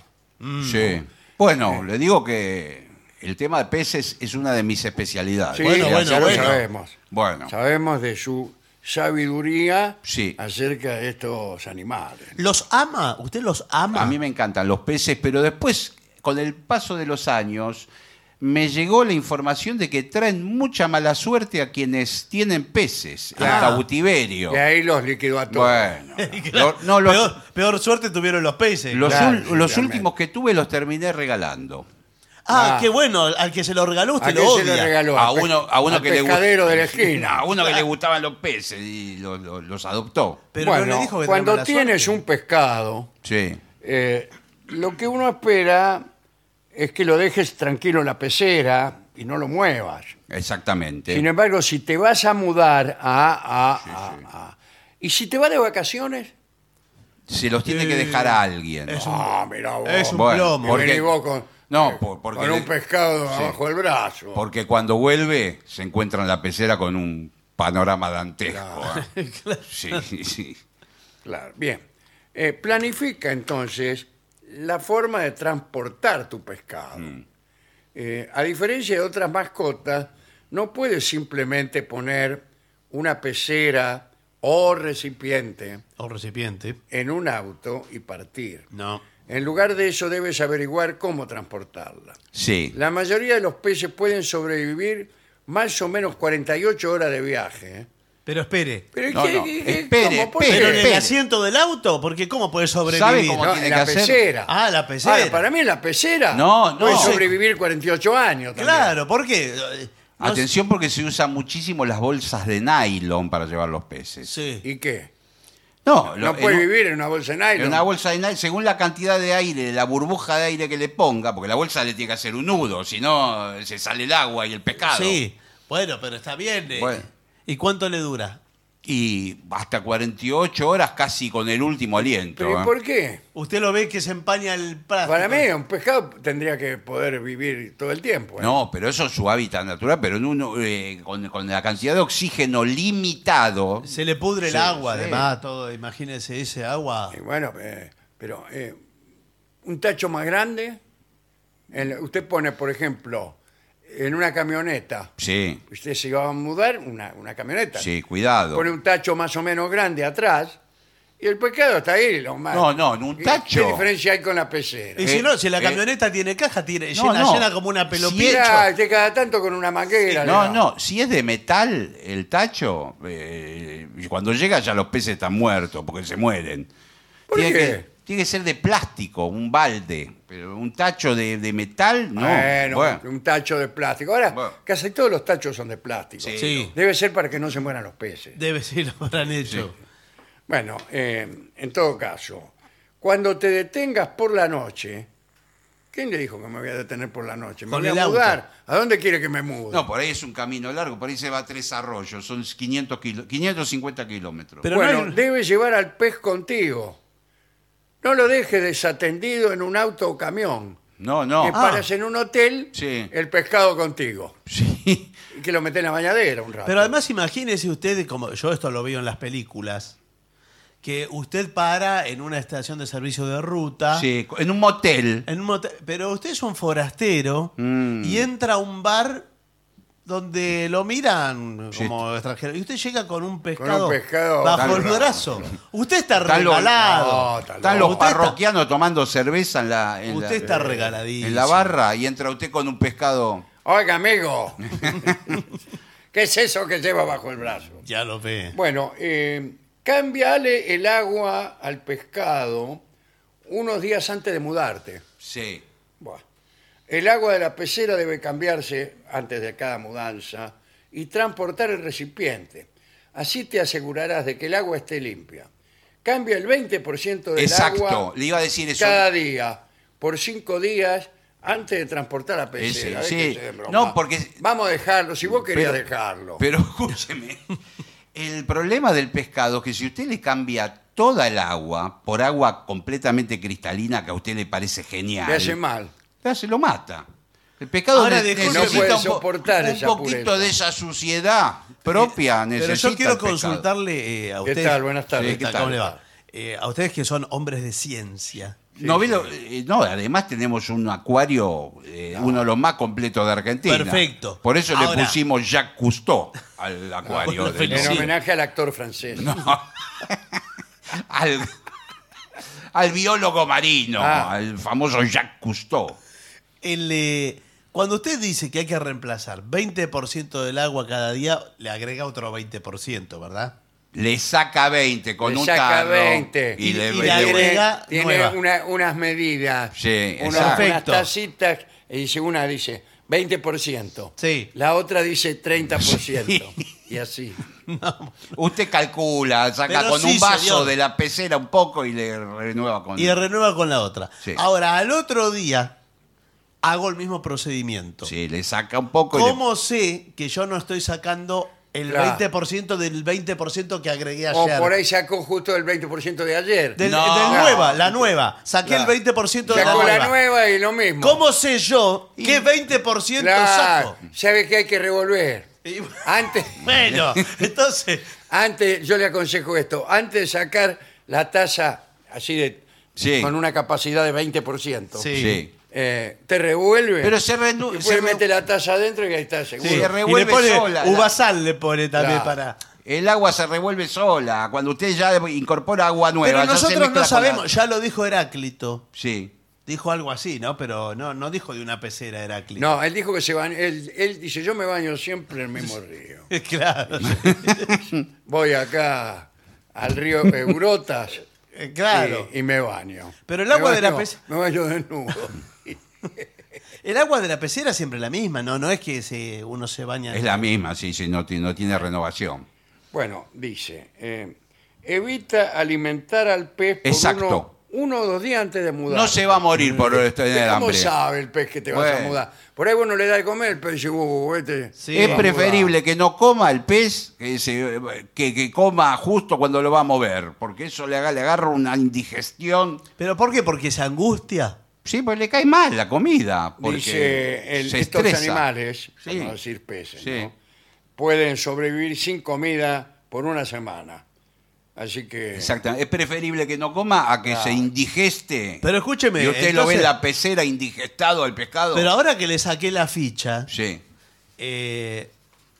Sí. Bueno, le digo que el tema de peces es una de mis especialidades. Sí, Bueno, ya bueno, lo bueno. sabemos. Bueno. Sabemos de su sabiduría Sí. acerca de estos animales. ¿Los ama? ¿Usted los ama? Ah. A mí me encantan los peces, pero después, con el paso de los años, me llegó la información de que traen mucha mala suerte a quienes tienen peces Claro. en cautiverio. Y ahí los liquidó a todos. Bueno, Claro, lo- no, los, peor, peor suerte tuvieron los peces. los Claro, ul- los seguramente. últimos que tuve los terminé regalando. ah, Ah. qué bueno, al que se lo regaló ¿A usted quién lo se odia. le regaló? A Al pe- uno, a uno al que le gust- pescadero de la esquina. A uno que le gustaban los peces y lo- lo- los adoptó. Pero no Bueno, le dijo que tenía cuando mala tienes suerte. un pescado, Sí. Eh, lo que uno espera es que lo dejes tranquilo en la pecera y no lo muevas. Exactamente. Sin embargo, si te vas a mudar a... a- a- a- y si te vas de vacaciones... Se los tiene Sí. que eh, dejar a alguien. Es Ah, mirá vos. Es un Bueno, plomo. Que porque- venís vos con, No, eh, por- porque con un le- pescado Sí. bajo el brazo. Porque cuando vuelve se encuentra en la pecera con un panorama dantesco. ¿eh? Sí, sí. Claro, bien. Eh, planifica entonces la forma de transportar tu pescado. Mm. Eh, a diferencia de otras mascotas, no puedes simplemente poner una pecera o recipiente O recipiente. en un auto y partir. No. En lugar de eso debes averiguar cómo transportarla. Sí. La mayoría de los peces pueden sobrevivir más o menos 48 horas de viaje. ¿eh? Pero espere. Pero No, ¿qué- no, qué- qué- espere, cómo puede ser? espere, ¿Pero en el espere. asiento del auto? Porque ¿cómo puede sobrevivir? cómo No, tiene en la que hacer? pecera. Ah, la pecera. Ah, para mí en la pecera. No, no. Puede sobrevivir 48 años también. Claro, ¿por qué? Eh, no sé- Atención porque se usan muchísimo las bolsas de nylon para llevar los peces. Sí. ¿Y qué? No, lo- No puede en un- vivir en una bolsa de en nylon. una bolsa de nylon, según la cantidad de aire, la burbuja de aire que le ponga, porque la bolsa le tiene que hacer un nudo, si no eh, se sale el agua y el pescado. Sí. Bueno, pero está bien. eh. Bueno. ¿Y cuánto le dura? Y hasta 48 horas casi con el último aliento. ¿Pero ¿eh? y por qué? Usted lo ve que se empaña el plástico. Para mí, un pescado tendría que poder vivir todo el tiempo. ¿eh? No, pero eso es su hábitat natural, pero en uno, eh, con, con la cantidad de oxígeno limitado. Se le pudre el Sí, agua, sí. además, todo. Imagínese ese agua. Y bueno, eh, pero eh, un tacho más grande, el- usted pone, por ejemplo, en una camioneta, Sí, usted se va a mudar, una, una camioneta, sí, cuidado. pone un tacho más o menos grande atrás, y el pescado está ahí, lo más. No, no, en un ¿Qué- tacho. ¿Qué diferencia hay con la pecera? Y si Eh, no, si la eh. camioneta tiene caja, tiene, No, llena, no. llena como una pelopita. Mira, usted cada tanto con una manguera. le No, da. no, si es de metal el tacho, eh, cuando llega ya los peces están muertos porque se mueren. ¿Por tiene, qué? Que, tiene que ser de plástico, un balde, pero un tacho de, de metal, no. Bueno, Bueno, un tacho de plástico. Ahora, Bueno. casi todos los tachos son de plástico. Sí. Sí. Debe ser para que no se mueran los peces. Debe ser, lo habrán hecho. Bueno, eh, en todo caso, cuando te detengas por la noche, ¿quién le dijo que me voy a detener por la noche? Me Con voy el a auto. mudar. ¿A dónde quiere que me mude? no, por ahí es un camino largo, por ahí se va a tres arroyos, son 500 kilo- 550 kilómetros. Pero bueno, no hay- debes llevar al pez contigo. No lo dejes desatendido en un auto o camión. No, no. Que Ah, paras en un hotel, Sí. el pescado contigo. sí. Y que lo metes en la bañadera un rato. Pero además imagínese usted, como yo esto lo veo en las películas, que usted para en una estación de servicio de Ah. ruta, Sí, en un motel. en un motel- pero usted es un forastero y entra a un bar donde lo miran Sí. como extranjero y usted llega con un pescado, pescado bajo el tan- brazo. Usted está Tan lo- regalado. No, tan Están los Usted está- parroquianos tomando cerveza en la, en la- Usted está regaladísimo. en la barra y entra usted con un pescado. Oiga, amigo, ¿qué es eso que lleva bajo el brazo? Ya lo ve. Bueno, eh, cámbiale el agua al pescado unos días antes de mudarte. Sí. Buah. El agua de la pecera debe cambiarse antes de cada mudanza y transportar el recipiente. Así te asegurarás de que el agua esté limpia. Cambia el 20% del Exacto, agua le iba a decir eso. cada día por cinco días antes de transportar la pecera. Ese, Déjese sí. de broma. No, porque- Vamos a dejarlo, si vos querías Pero- dejarlo. Pero escúcheme, el problema del pescado es que si usted le cambia toda el agua por agua completamente cristalina que a usted le parece genial, Te hace mal. ya se lo mata. El pescado Ahora, ne- disculpe, necesita No puede un, po- soportar un esa poquito pureza. de esa suciedad propia. Pero necesita yo quiero el pescado. consultarle eh, a ¿Qué ustedes. tal? Buenas tardes. Sí, ¿qué ¿Qué tal? ¿Cómo tal? le va? Eh, a ustedes que son hombres de ciencia. No, vi lo- eh, no, además tenemos un acuario, eh, uno de los más completos de Argentina. Perfecto. Por eso Ahora- le pusimos Jacques Cousteau al acuario. Bueno, del- En Sí. homenaje al actor francés. al, al biólogo marino, Ah. al famoso Jacques Cousteau. El, eh, cuando usted dice que hay que reemplazar 20% del agua cada día, le agrega otro 20%, ¿verdad? Le saca 20 con Le un saca tarro 20. Y, le, Y- y le- le agrega- tiene, tiene Entrega nueva. una- unas medidas, Sí, unos- exacto. unas Perfecto. tacitas, y dice una dice 20%, Sí. la otra dice 30%, y así. usted calcula, saca Pero con sí, un vaso señor. de la pecera un poco y le renueva con... Y renueva con la otra. Sí. Ahora, al otro día, hago el mismo procedimiento. Sí, le saca un poco. y le- ¿Cómo sé que yo no estoy sacando el Claro. 20% del 20% que agregué O ayer? por ahí sacó justo el 20% de ayer. Del, No. del nueva, la nueva. Saqué Claro. el 20% de sacó la nueva y lo mismo. ¿Cómo sé yo qué 20% Claro, Ah. saco? sabe que hay que revolver. Y- Antes, Bueno, entonces, antes, yo le aconsejo esto, antes de sacar la taza así de, Sí. con una capacidad de 20%, Sí. Sí. eh, te revuelve. Pero se renu- Y puede se re- meter la taza adentro y ahí está seguro. Sí. y revuelve le pone sola, la- uva sal le pone también Claro. para. El agua se revuelve sola. Cucuando usted ya incorpora agua nueva. Pero ya se nosotros mezcla no con la- sabemos, ya lo dijo Heráclito, Sí. Dijo algo así, ¿no? Pero no, no dijo de una pecera Heráclito. No, él dijo que se baña. Él, él dice, yo me baño siempre en el mismo río. Claro, Voy acá al río Eurotas eh, claro. y, y me baño. Pero el agua Me de la baño- pez- Me baño desnudo. El agua de la pecera siempre la misma, ¿no? No es que se, uno se baña. Es la misma, sí, sí, no, ti- no tiene renovación. Bueno, dice, eh, evita alimentar al pez por Exacto. uno, uno o dos días antes de mudar. No se va a morir por tener ¿Cómo hambre. sabe el pez que te vas a Bueno. mudar? Por ahí uno le da de comer, el pez dice, "Uh, este Sí. se va es a preferible que no coma el pez que, se- que- que coma justo cuando lo va a mover, porque eso le, haga- le agarra una indigestión. ¿Pero por qué? Porque se angustia. Sí, pues le cae mal la mudar". comida. Porque Dice, el- se estos estresa. animales, por Sí. no decir peces, Sí. ¿no? pueden sobrevivir sin comida por una semana. Así que... Eh, Exactamente. Es preferible que no coma a que se indigeste. Pero escúcheme, Y usted lo ve en entonces- la pecera indigestado al pescado. Pero ahora que le saqué la ficha, Sí. eh,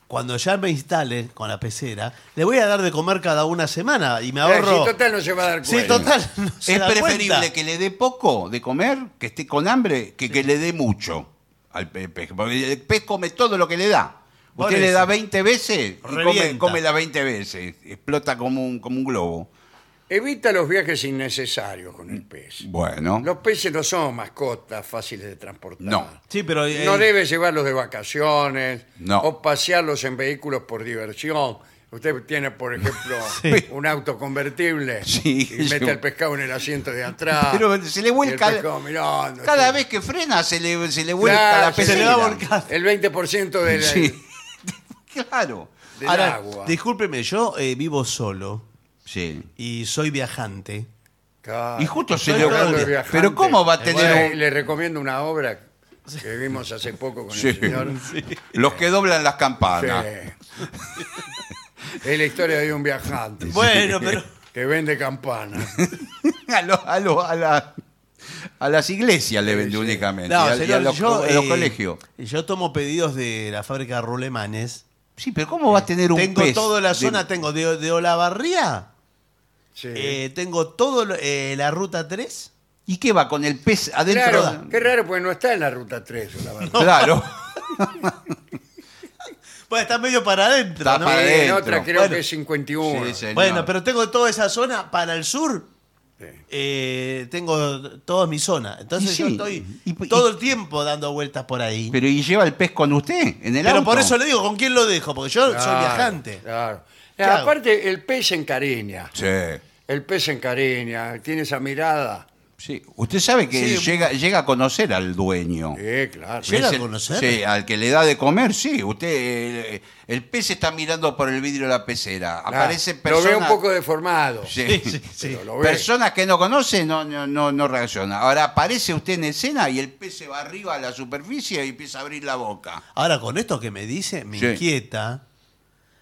cuando ya me instale con la pecera, le voy a dar de comer cada una semana y me ahorro. Eh, si total no se va a dar cuenta. Sí, total, no se Es da preferible cuenta. que le dé poco de comer, que esté con hambre, que que le dé mucho al pe- pez. Porque el pez come todo lo que le da. Por Usted le eso. da 20 veces y come, Revienta. come las 20 veces. Explota como un, como un globo. Evita los viajes innecesarios con el pez. Bueno. Los peces no son mascotas fáciles de transportar. No. Sí, pero eh, No debe llevarlos de vacaciones No. o pasearlos en vehículos por diversión. Usted tiene, por ejemplo, Sí. un auto convertible Sí, y mete yo- al pescado en el asiento de atrás. Pero se le vuelca- Y el pescado mirando, Cada sí. vez que frena se le, se le Claro, vuelca la se pecera. le va a volcar. El 20% de la- Sí. claro. del ahora, agua. discúlpeme, yo eh, vivo solo Sí. y soy viajante. Claro, Y justo se estoy le hablando ocurre. de viajante. Pero ¿cómo va a Le tener voy- un- Le recomiendo una obra que vimos hace poco con Sí. el señor. Los que doblan las campanas. Sí. Es la historia de un viajante Bueno, pero que vende campanas. A, lo- a lo- a la- a las iglesias le vende únicamente. y a, y a señor, los, yo, a los eh, colegios. Yo tomo pedidos de la fábrica Rulemanes. Sí, pero ¿cómo va a tener un Tengo pez? toda la de- zona, tengo de, de Olavarría, Sí. eh, tengo todo lo- eh, la ruta 3. ¿Y qué va con el pez adentro? claro, qué raro, porque no está en la ruta 3, la verdad. Claro. Bueno, está medio para adentro, Está ¿no? para Sí, en adentro. otra creo Bueno. que es 51. Sí, señor. Bueno, pero tengo toda esa zona para el sur. Sí. eh, tengo toda mi zona. Entonces Y yo sí, estoy y- y- todo el tiempo dando vueltas por ahí. Pero Pero, ¿y lleva el pez con usted en el auto? por eso le digo, ¿con quién lo dejo? Porque yo soy Claro, viajante. Claro. Claro. Aparte, el pez se encariña. Sí. El pez se encariña, tiene esa mirada. Sí. Eh, Usted sabe que Sí. llega, llega a conocer al dueño. Sí, claro. Llega Es a el- conocer. Sí, al que le da de comer, sí. Usted, el, el pez está mirando por el vidrio de la pecera. Claro. Aparece Lo personas... veo un poco deformado. Sí. Sí, sí, sí. pero lo ve. Personas que no conoce no, no, no, no reacciona. Ahora aparece usted en escena y el pez se va arriba a la superficie y empieza a abrir la boca. Ahora, con esto que me dice, me Sí. inquieta.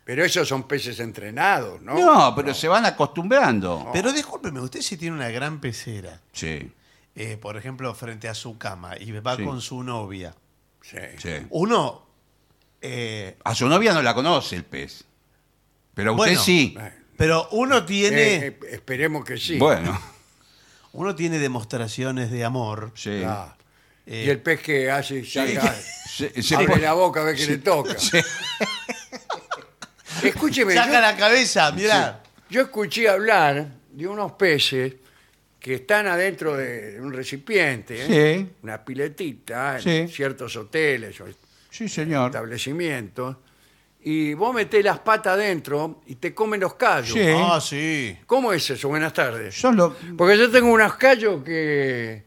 Pero esos son peces entrenados, ¿no? No, pero se van acostumbrando. Pero discúlpeme, usted si tiene una gran pecera, Sí, eh, por ejemplo, frente a su cama, y va Sí. con su novia. Sí. sí. Uno, eh, A su novia no la conoce el pez. Pero a usted Bueno. eh, sí. pero uno tiene, Eh, eh, esperemos que sí. Bueno, uno tiene demostraciones de amor. sí. Ah. Eh, y el pez que hace y saca, Se- se abre pone- la boca a ver qué le toca. Escúcheme, yo, Saca la cabeza, mirá. yo escuché hablar de unos peces que están adentro de un recipiente, ¿eh? Sí. una piletita, en Sí. ciertos hoteles o Sí, señor. establecimientos, y vos metés las patas adentro y te comen los callos. Sí. Ah, sí. ¿Cómo es eso? Buenas tardes. Son los- Porque yo tengo unos callos que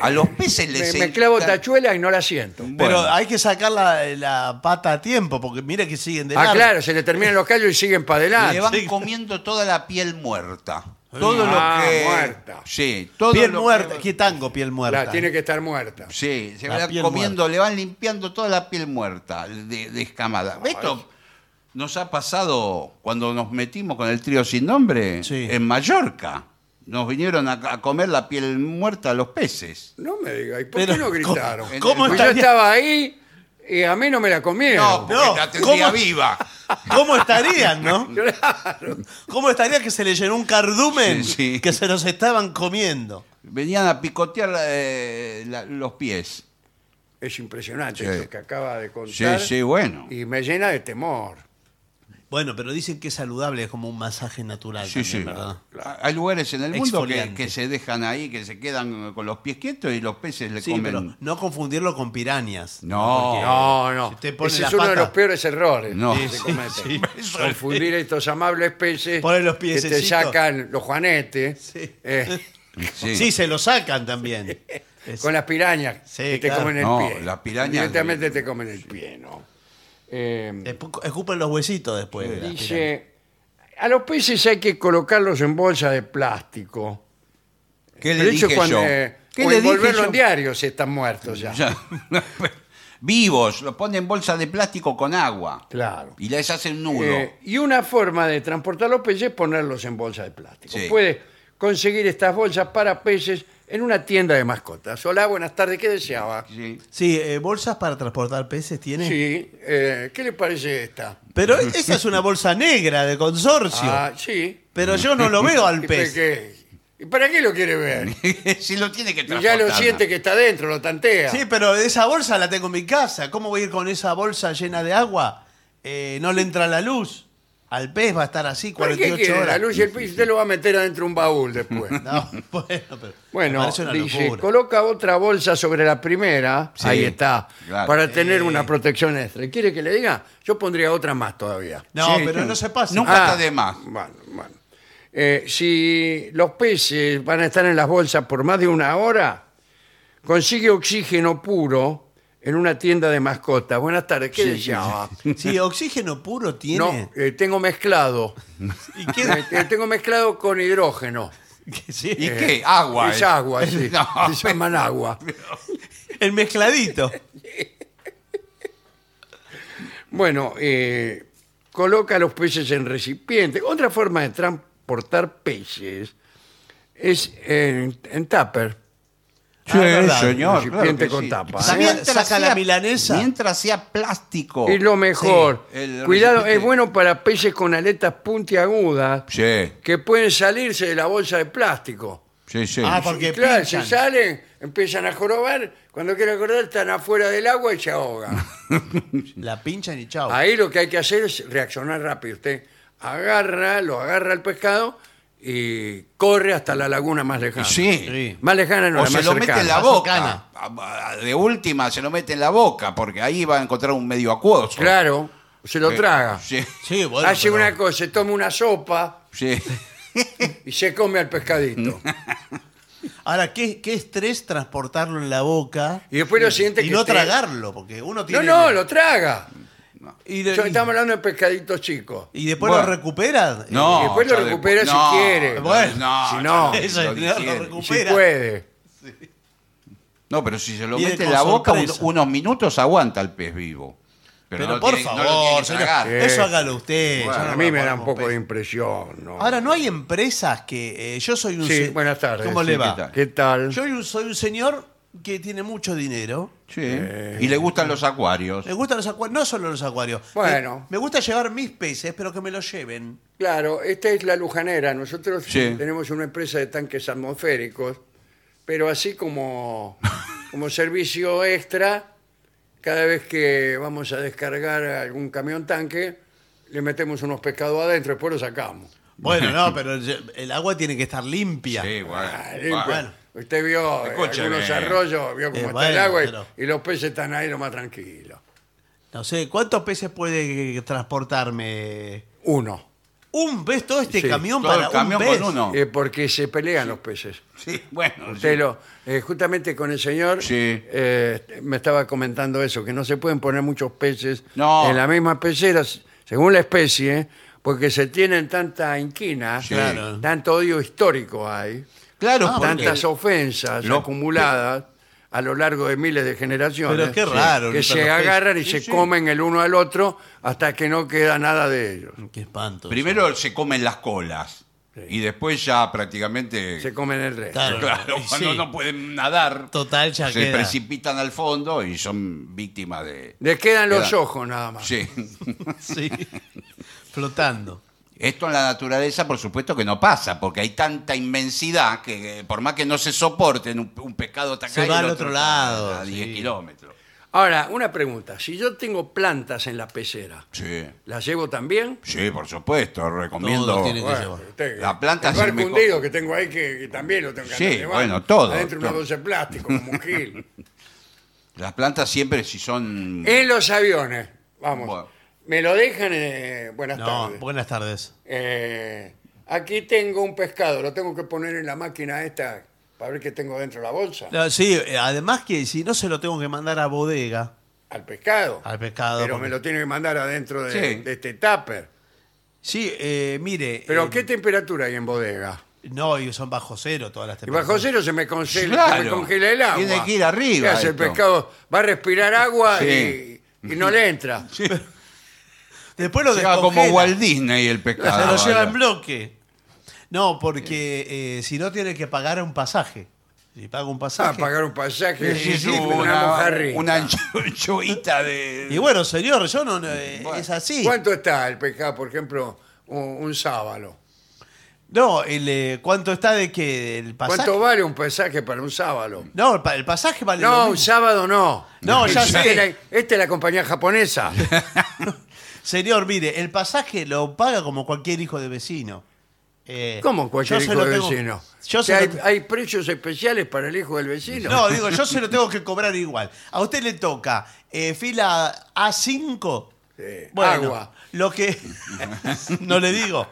A los peces les eh, me, me clavo encanta- tachuelas y no las siento. Pero Bueno. hay que sacar la, la pata a tiempo, porque mira que siguen de Ah, largo. claro, se le terminan los callos y siguen para adelante. Le van Sí. comiendo toda la piel muerta. Todo Ah, lo que. muerta. Sí, todo Piel lo que- muerta. ¿Qué tango, piel muerta? Claro, tiene que estar muerta. Sí, se La van piel comiendo, le van limpiando toda la piel muerta, de, descamada. Esto nos ha pasado cuando nos metimos con el trío sin nombre Sí. en Mallorca. Nos vinieron a, a comer la piel muerta a los peces. No me diga, ¿y por Pero, qué no gritaron? ¿cómo- cómo Pues yo estaría- estaba ahí y a mí no me la comieron. No, porque no, la tendría ¿cómo? viva. ¿Cómo estarían, no? Claro. ¿Cómo estaría que se le llenó un cardumen Sí, sí. que se los estaban comiendo? Venían a picotear eh, la- los pies. Es impresionante Sí. lo que acaba de contar. Sí, sí, bueno. Y me llena de temor. Bueno, pero dicen que es saludable, es como un masaje natural. Sí, también, sí. ¿verdad? Hay lugares en el mundo que, Exfoliante. que se dejan ahí, que se quedan con los pies quietos y los peces le Sí, comen. pero no confundirlo con pirañas. No, No, no. Si usted pone Ese la es uno de pata- los peores errores No. que se Sí, cometen. sí. Confundir estos amables peces Ponen los que te piececitos. sacan los juanetes Sí. eh, sí. Sí, se lo sacan también. Es- con las pirañas Sí, que te claro. comen el No, pie. las pirañas- Directamente te comen el pie, ¿no? Eh, espu- Escupen los huesitos después. de las pirañas. dice, a los peces hay que colocarlos en bolsas de plástico. ¿Qué le Pero eso dije cuando, yo? eh, ¿Qué o le envolverlo dije en yo? diarios si están muertos ya. Ya. Vivos, los ponen en bolsa de plástico con agua Claro. y les hacen nudo. Eh, y una forma de transportar los peces es ponerlos en bolsas de plástico. Sí. Puede conseguir estas bolsas para peces en una tienda de mascotas. Hola, buenas tardes. ¿Qué deseaba? Sí. Sí, eh, bolsas para transportar peces tiene. Sí. eh, ¿Qué le parece esta? Pero esa es una bolsa negra de consorcio. Ah, sí. Pero yo no lo veo al ¿Y pez. para qué? ¿Y para qué lo quiere ver? si lo tiene que Y transportar. ya lo siente que está dentro, lo tantea. Sí, pero esa bolsa la tengo en mi casa. ¿Cómo voy a ir con esa bolsa llena de agua? Eh, no le entra la luz. Al pez va a estar así ¿Para qué 48 quiere horas. la luz y el pez? Usted lo va a meter adentro de un baúl después. No, bueno, pero me Bueno, parece una dice, locura. coloca otra bolsa sobre la primera, Sí, ahí está, claro. para tener Sí. una protección extra. ¿Quiere que le diga? Yo pondría otra más todavía. Ah, No, Sí, pero sí. no se pasa. Nunca está de más. Bueno, bueno. Eh, si los peces van a estar en las bolsas por más de una hora, consigue oxígeno puro en una tienda de mascotas. Buenas tardes, ¿qué deseaba? Sí, oxígeno puro tiene. No, eh, tengo mezclado. ¿Y qué? Eh, te- tengo mezclado con hidrógeno. que sí, ¿Y qué? Agua. Es eh. agua, sí. No, Se llaman agua. El mezcladito. Bueno, eh, coloca los peces en recipientes. Otra forma de transportar peces es en, en tupper. Ah, Sí, verdad. señor. Recipiente que con tapa, ¿eh? Sa- Saca la milanesa. Mientras sea plástico. Es lo mejor. Oh, Sí, el Cuidado, recipiente- es bueno para peces con aletas puntiagudas Sí, que pueden salirse de la bolsa de plástico. sí, sí. Ah, porque Y claro, si pinchan. salen, empiezan a jorobar. Cuando quieren acordar, están afuera del agua y se ahogan. La pinchan y chao. Ahí lo que hay que hacer es reaccionar rápido. Usted agarra, lo agarra el pescado y corre hasta la laguna más lejana. Sí. Sí. Más lejana no, O la se más lo cercana. mete en la más boca. cercana. A- a- De última, se lo mete en la boca, porque ahí va a encontrar un medio acuoso. Claro, se lo Eh, traga. Sí, Sí, bueno, Hace pero- una cosa, se toma una sopa sí. y se come al pescadito. Ahora, ¿qué, qué estrés transportarlo en la boca Y después lo siguiente y que no esté- tragarlo, porque uno No, tiene... no, lo traga. y, de- Yo- Estamos hablando de pescaditos chicos. y después Bueno. lo recupera. Eh, No. Y después lo ya de- recupera si no, quiere. Bueno, no, si no, ya Eso lo es, no lo digiere. recupera. si puede. No, pero si se lo Viene mete en con la boca, un- sorpresa. unos minutos aguanta el pez vivo. Pero, Pero no por tiene- no favor, lo tiene que señor, tragar. Eh, eso hágalo usted. Bueno, yo no a voy mí me poner da un con poco de peso. impresión. ¿no? Ahora, ¿no hay empresas que... eh, yo soy un... Sí, se- buenas tardes. ¿Cómo le Sí, va? ¿qué tal? ¿Qué tal? Yo soy un- soy un señor que tiene mucho dinero. Sí. Y le gustan los acuarios. Me gustan los acuarios, no solo los acuarios. Bueno. Me, me gusta llevar mis peces, pero que me los lleven. Claro, esta es la Lujanera. Nosotros Sí. tenemos una empresa de tanques atmosféricos, pero así como, como servicio extra, cada vez que vamos a descargar algún camión tanque, le metemos unos pescados adentro, después los sacamos. Bueno, no, pero el el agua tiene que estar limpia. Sí, bueno, Ah, bueno. limpio. Usted vio eh, Escúcheme. algunos arroyos, vio cómo Eh, está bueno, el agua y, pero- y los peces están ahí lo más tranquilos. No sé, ¿cuántos peces puede transportarme? Uno, Un pez, todo este Sí, camión todo para el camión un pez. con uno. No. eh, porque se pelean los peces. Sí, bueno. Usted sí. lo- eh, justamente con el señor Sí. eh, me estaba comentando eso, que no se pueden poner muchos peces No. en la misma pecera, s- según la especie, porque se tienen tanta inquina, Sí. Claro. tanto odio histórico hay, Claro, Ah, porque- tantas ofensas Lo- acumuladas a lo largo de miles de generaciones. Pero qué raro, Que ahorita se los peces. agarran y Sí, se sí. comen el uno al otro hasta que no queda nada de ellos. Qué espanto. primero se comen las colas. Y después ya prácticamente. Se comen el resto. Claro, Claro, y cuando sí. no pueden nadar, Total, ya se queda. precipitan al fondo y son víctimas de. Les quedan los Queda- ojos nada más. Sí. Sí. flotando. Esto en la naturaleza, por supuesto que no pasa, porque hay tanta inmensidad que, eh, por más que no se soporten, un, un pescado está Se acá y va el al otro lado, A 10 sí. kilómetros. Ahora, una pregunta. Si yo tengo plantas en la pecera, Sí, ¿las llevo también? sí, por supuesto, recomiendo. Todos tienen que Bueno, llevar. usted- La planta el es el barco mejor. hundido que tengo ahí que, que también lo tengo que Sí, andar llevando. bueno, todo, Adentro una todo. bolsa de plástico, como un gil. Las plantas siempre, si son. En los aviones, vamos. Bueno. Me lo dejan, eh, buenas No, pues- tardes. buenas tardes. Eh, aquí tengo un pescado, lo tengo que poner en la máquina esta para ver qué tengo dentro de la bolsa. No, sí, eh, además que si no se lo tengo que mandar a bodega, Al pescado. al pescado. Pero porque- me lo tiene que mandar adentro de, Sí. de este tupper. Sí, eh, mire. Pero eh, ¿qué temperatura hay en bodega? No, y son bajo cero todas las Y bajo temperaturas. cero se me, concel- Claro. se me congela el agua. Tiene que ir ¿Qué arriba hace el esto. pescado? Va a respirar agua Sí. y, y no le entra. Después lo Se va descongela. como Walt Disney el Se Ah, pescado. lo lleva ahora. en bloque. No, porque eh, si no tiene que pagar un pasaje. Si paga un Ah, pasaje. pagar un pasaje Sí, es sí, una, una, mojarrita. una ancho- anchoita de. Y bueno, señor, yo no. no, eh, Bueno. Es así. ¿Cuánto está el pescado, por ejemplo, un, un sábalo? No, el, eh, ¿cuánto está de que el pasaje? ¿Cuánto vale un pasaje para un sábalo? No, el, pa- el pasaje vale. lo No, un mismo. sábado no. No, ya Esta sé. es la- Esta es la compañía japonesa. Señor, mire, el pasaje lo paga como cualquier hijo de vecino. Eh, ¿Cómo cualquier yo se hijo lo del tengo- vecino? Yo O sea, se hay, lo- hay precios especiales para el hijo del vecino. No, digo, yo se lo tengo que cobrar igual. A usted le toca eh, fila A5. Sí, Bueno, agua. lo que. no le digo.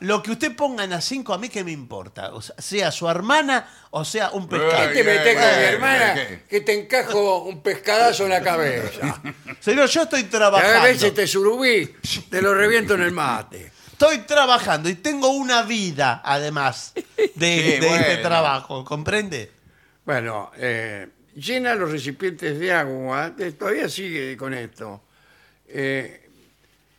Lo que usted ponga en A5, a mí que me importa. O sea, sea su hermana o sea un pescado. Este me Bien, tengo a mi bien, hermana bien. que te encajo un pescadazo en la cabeza. Señor, yo estoy Y a veces trabajando. te este surubí, te lo reviento en el mate. Estoy trabajando y tengo una vida, además, de, de este bueno. trabajo. ¿Comprende? Bueno, eh, llena los recipientes de agua. Eh, Todavía sigue con esto. Eh,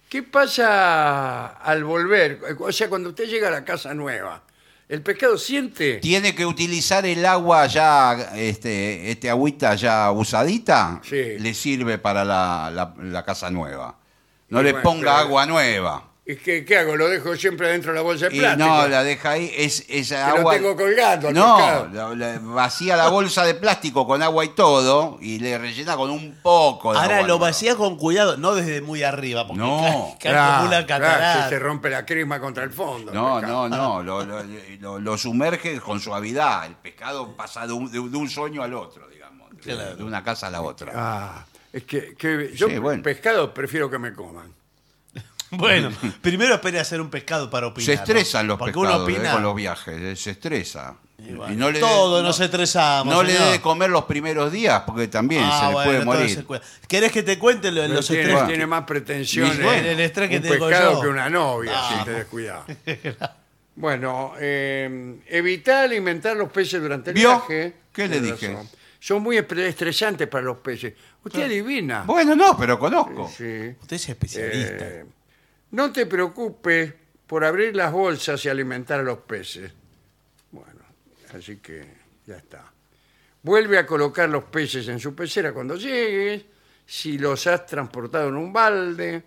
¿Qué pasa al volver? O sea, cuando usted llega a la casa nueva, ¿el pescado siente? Tiene que utilizar el agua ya, este, este agüita ya usadita, Sí. le sirve para la, la- la casa nueva. No Y le bueno, ponga pero- agua nueva. ¿Y qué, qué hago? ¿Lo dejo siempre dentro de la bolsa de Y plástico? no, la deja ahí, es, esa Que lo agua... tengo colgando al No, pescado. la- la- vacía la bolsa de plástico con agua y todo, y le rellena con un poco de Ahora agua lo nueva. vacía con cuidado, no desde muy arriba, porque No, ca- ca- como una Ah, claro, catarata. si se rompe la crisma contra el fondo. No, el no, pescado. no, lo, lo- lo- lo sumerge con suavidad. El pescado pasa de un, de un sueño al otro, digamos, de- Claro. de una casa a la otra. Ah, es que, que yo Sí, bueno. pescado prefiero que me coman. Bueno, primero espere hacer un pescado para opinar. Se ¿no? estresan los Porque pescados uno eh, opina. con los viajes, eh, se estresa. Y bueno, no le dé- todos no- nos estresamos. No le señor. dé de comer los primeros días, porque también Ah, se le bueno, puede todo morir. se cuida. ¿Querés que te cuente lo- Pero los tiene, estreses? tiene más pretensiones Y bueno, el estrés este un que tengo pescado yo. que una novia, Ah. si te descuidas. bueno, eh, evitar alimentar los peces durante el ¿Vio? viaje. ¿Qué le Tiene dije? razón. Son muy estre- estresantes para los peces. Usted adivina. Bueno, no, pero conozco. Sí. Usted es especialista. Eh, no te preocupes por abrir las bolsas y alimentar a los peces. Bueno, así que ya está. Vuelve a colocar los peces en su pecera cuando llegues, si los has transportado en un balde,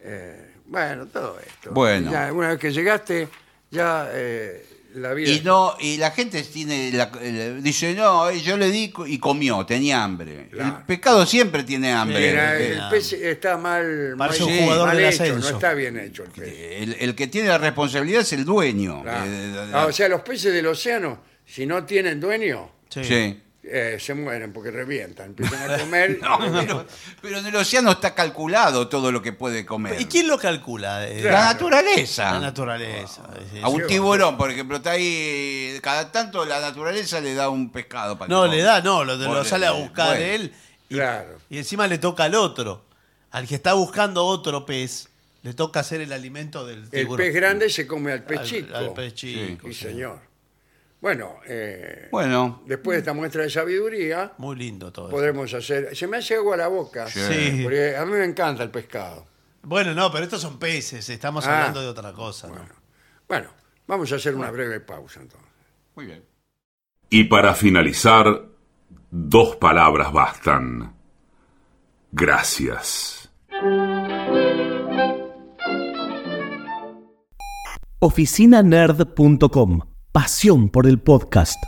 eh, bueno, todo esto. Bueno. Ya, una vez que llegaste, ya eh, la vida... Y no, y la gente tiene la- eh, dice, no, eh, yo le di co- y comió, tenía hambre. Claro. El pescado siempre tiene hambre. Mira, Eh, el pez está mal, mal, Parece un jugador mal del hecho, no ascenso. está bien hecho el pez. El, el que tiene la responsabilidad es el dueño. Claro. Eh, de- de- de- Ah, o sea, los peces del océano, si no tienen dueño, Sí. sí. eh, se mueren porque revientan. Empiezan a comer. No, revientan. pero, pero en el océano está calculado todo lo que puede comer. ¿Y quién lo calcula? La Eh, Claro. Ah, naturaleza. La naturaleza. Es- es- A un tiburón, por ejemplo, está ahí. Cada tanto la naturaleza le da un pescado para que No, coma. le da, no, lo, lo Bueno, sale a buscar bueno. él. Y, Claro. y encima le toca al otro. Al que está buscando otro pez, le toca hacer el alimento del el tiburón. pez grande se come al pez Al- chico. al pez chico, Sí, sí. señor. Bueno, eh, Bueno, después de esta muestra de sabiduría, Muy lindo todo. eso. podremos hacer. Se me hace agua la boca. Sí. Sí. Porque a mí me encanta el pescado. Bueno, no, pero estos son peces, estamos Ah. hablando de otra cosa. ¿no? Bueno, vamos a hacer una breve pausa entonces. muy bien. Y para finalizar, dos palabras bastan. Gracias. oficinanerd.com. Pasión por el podcast.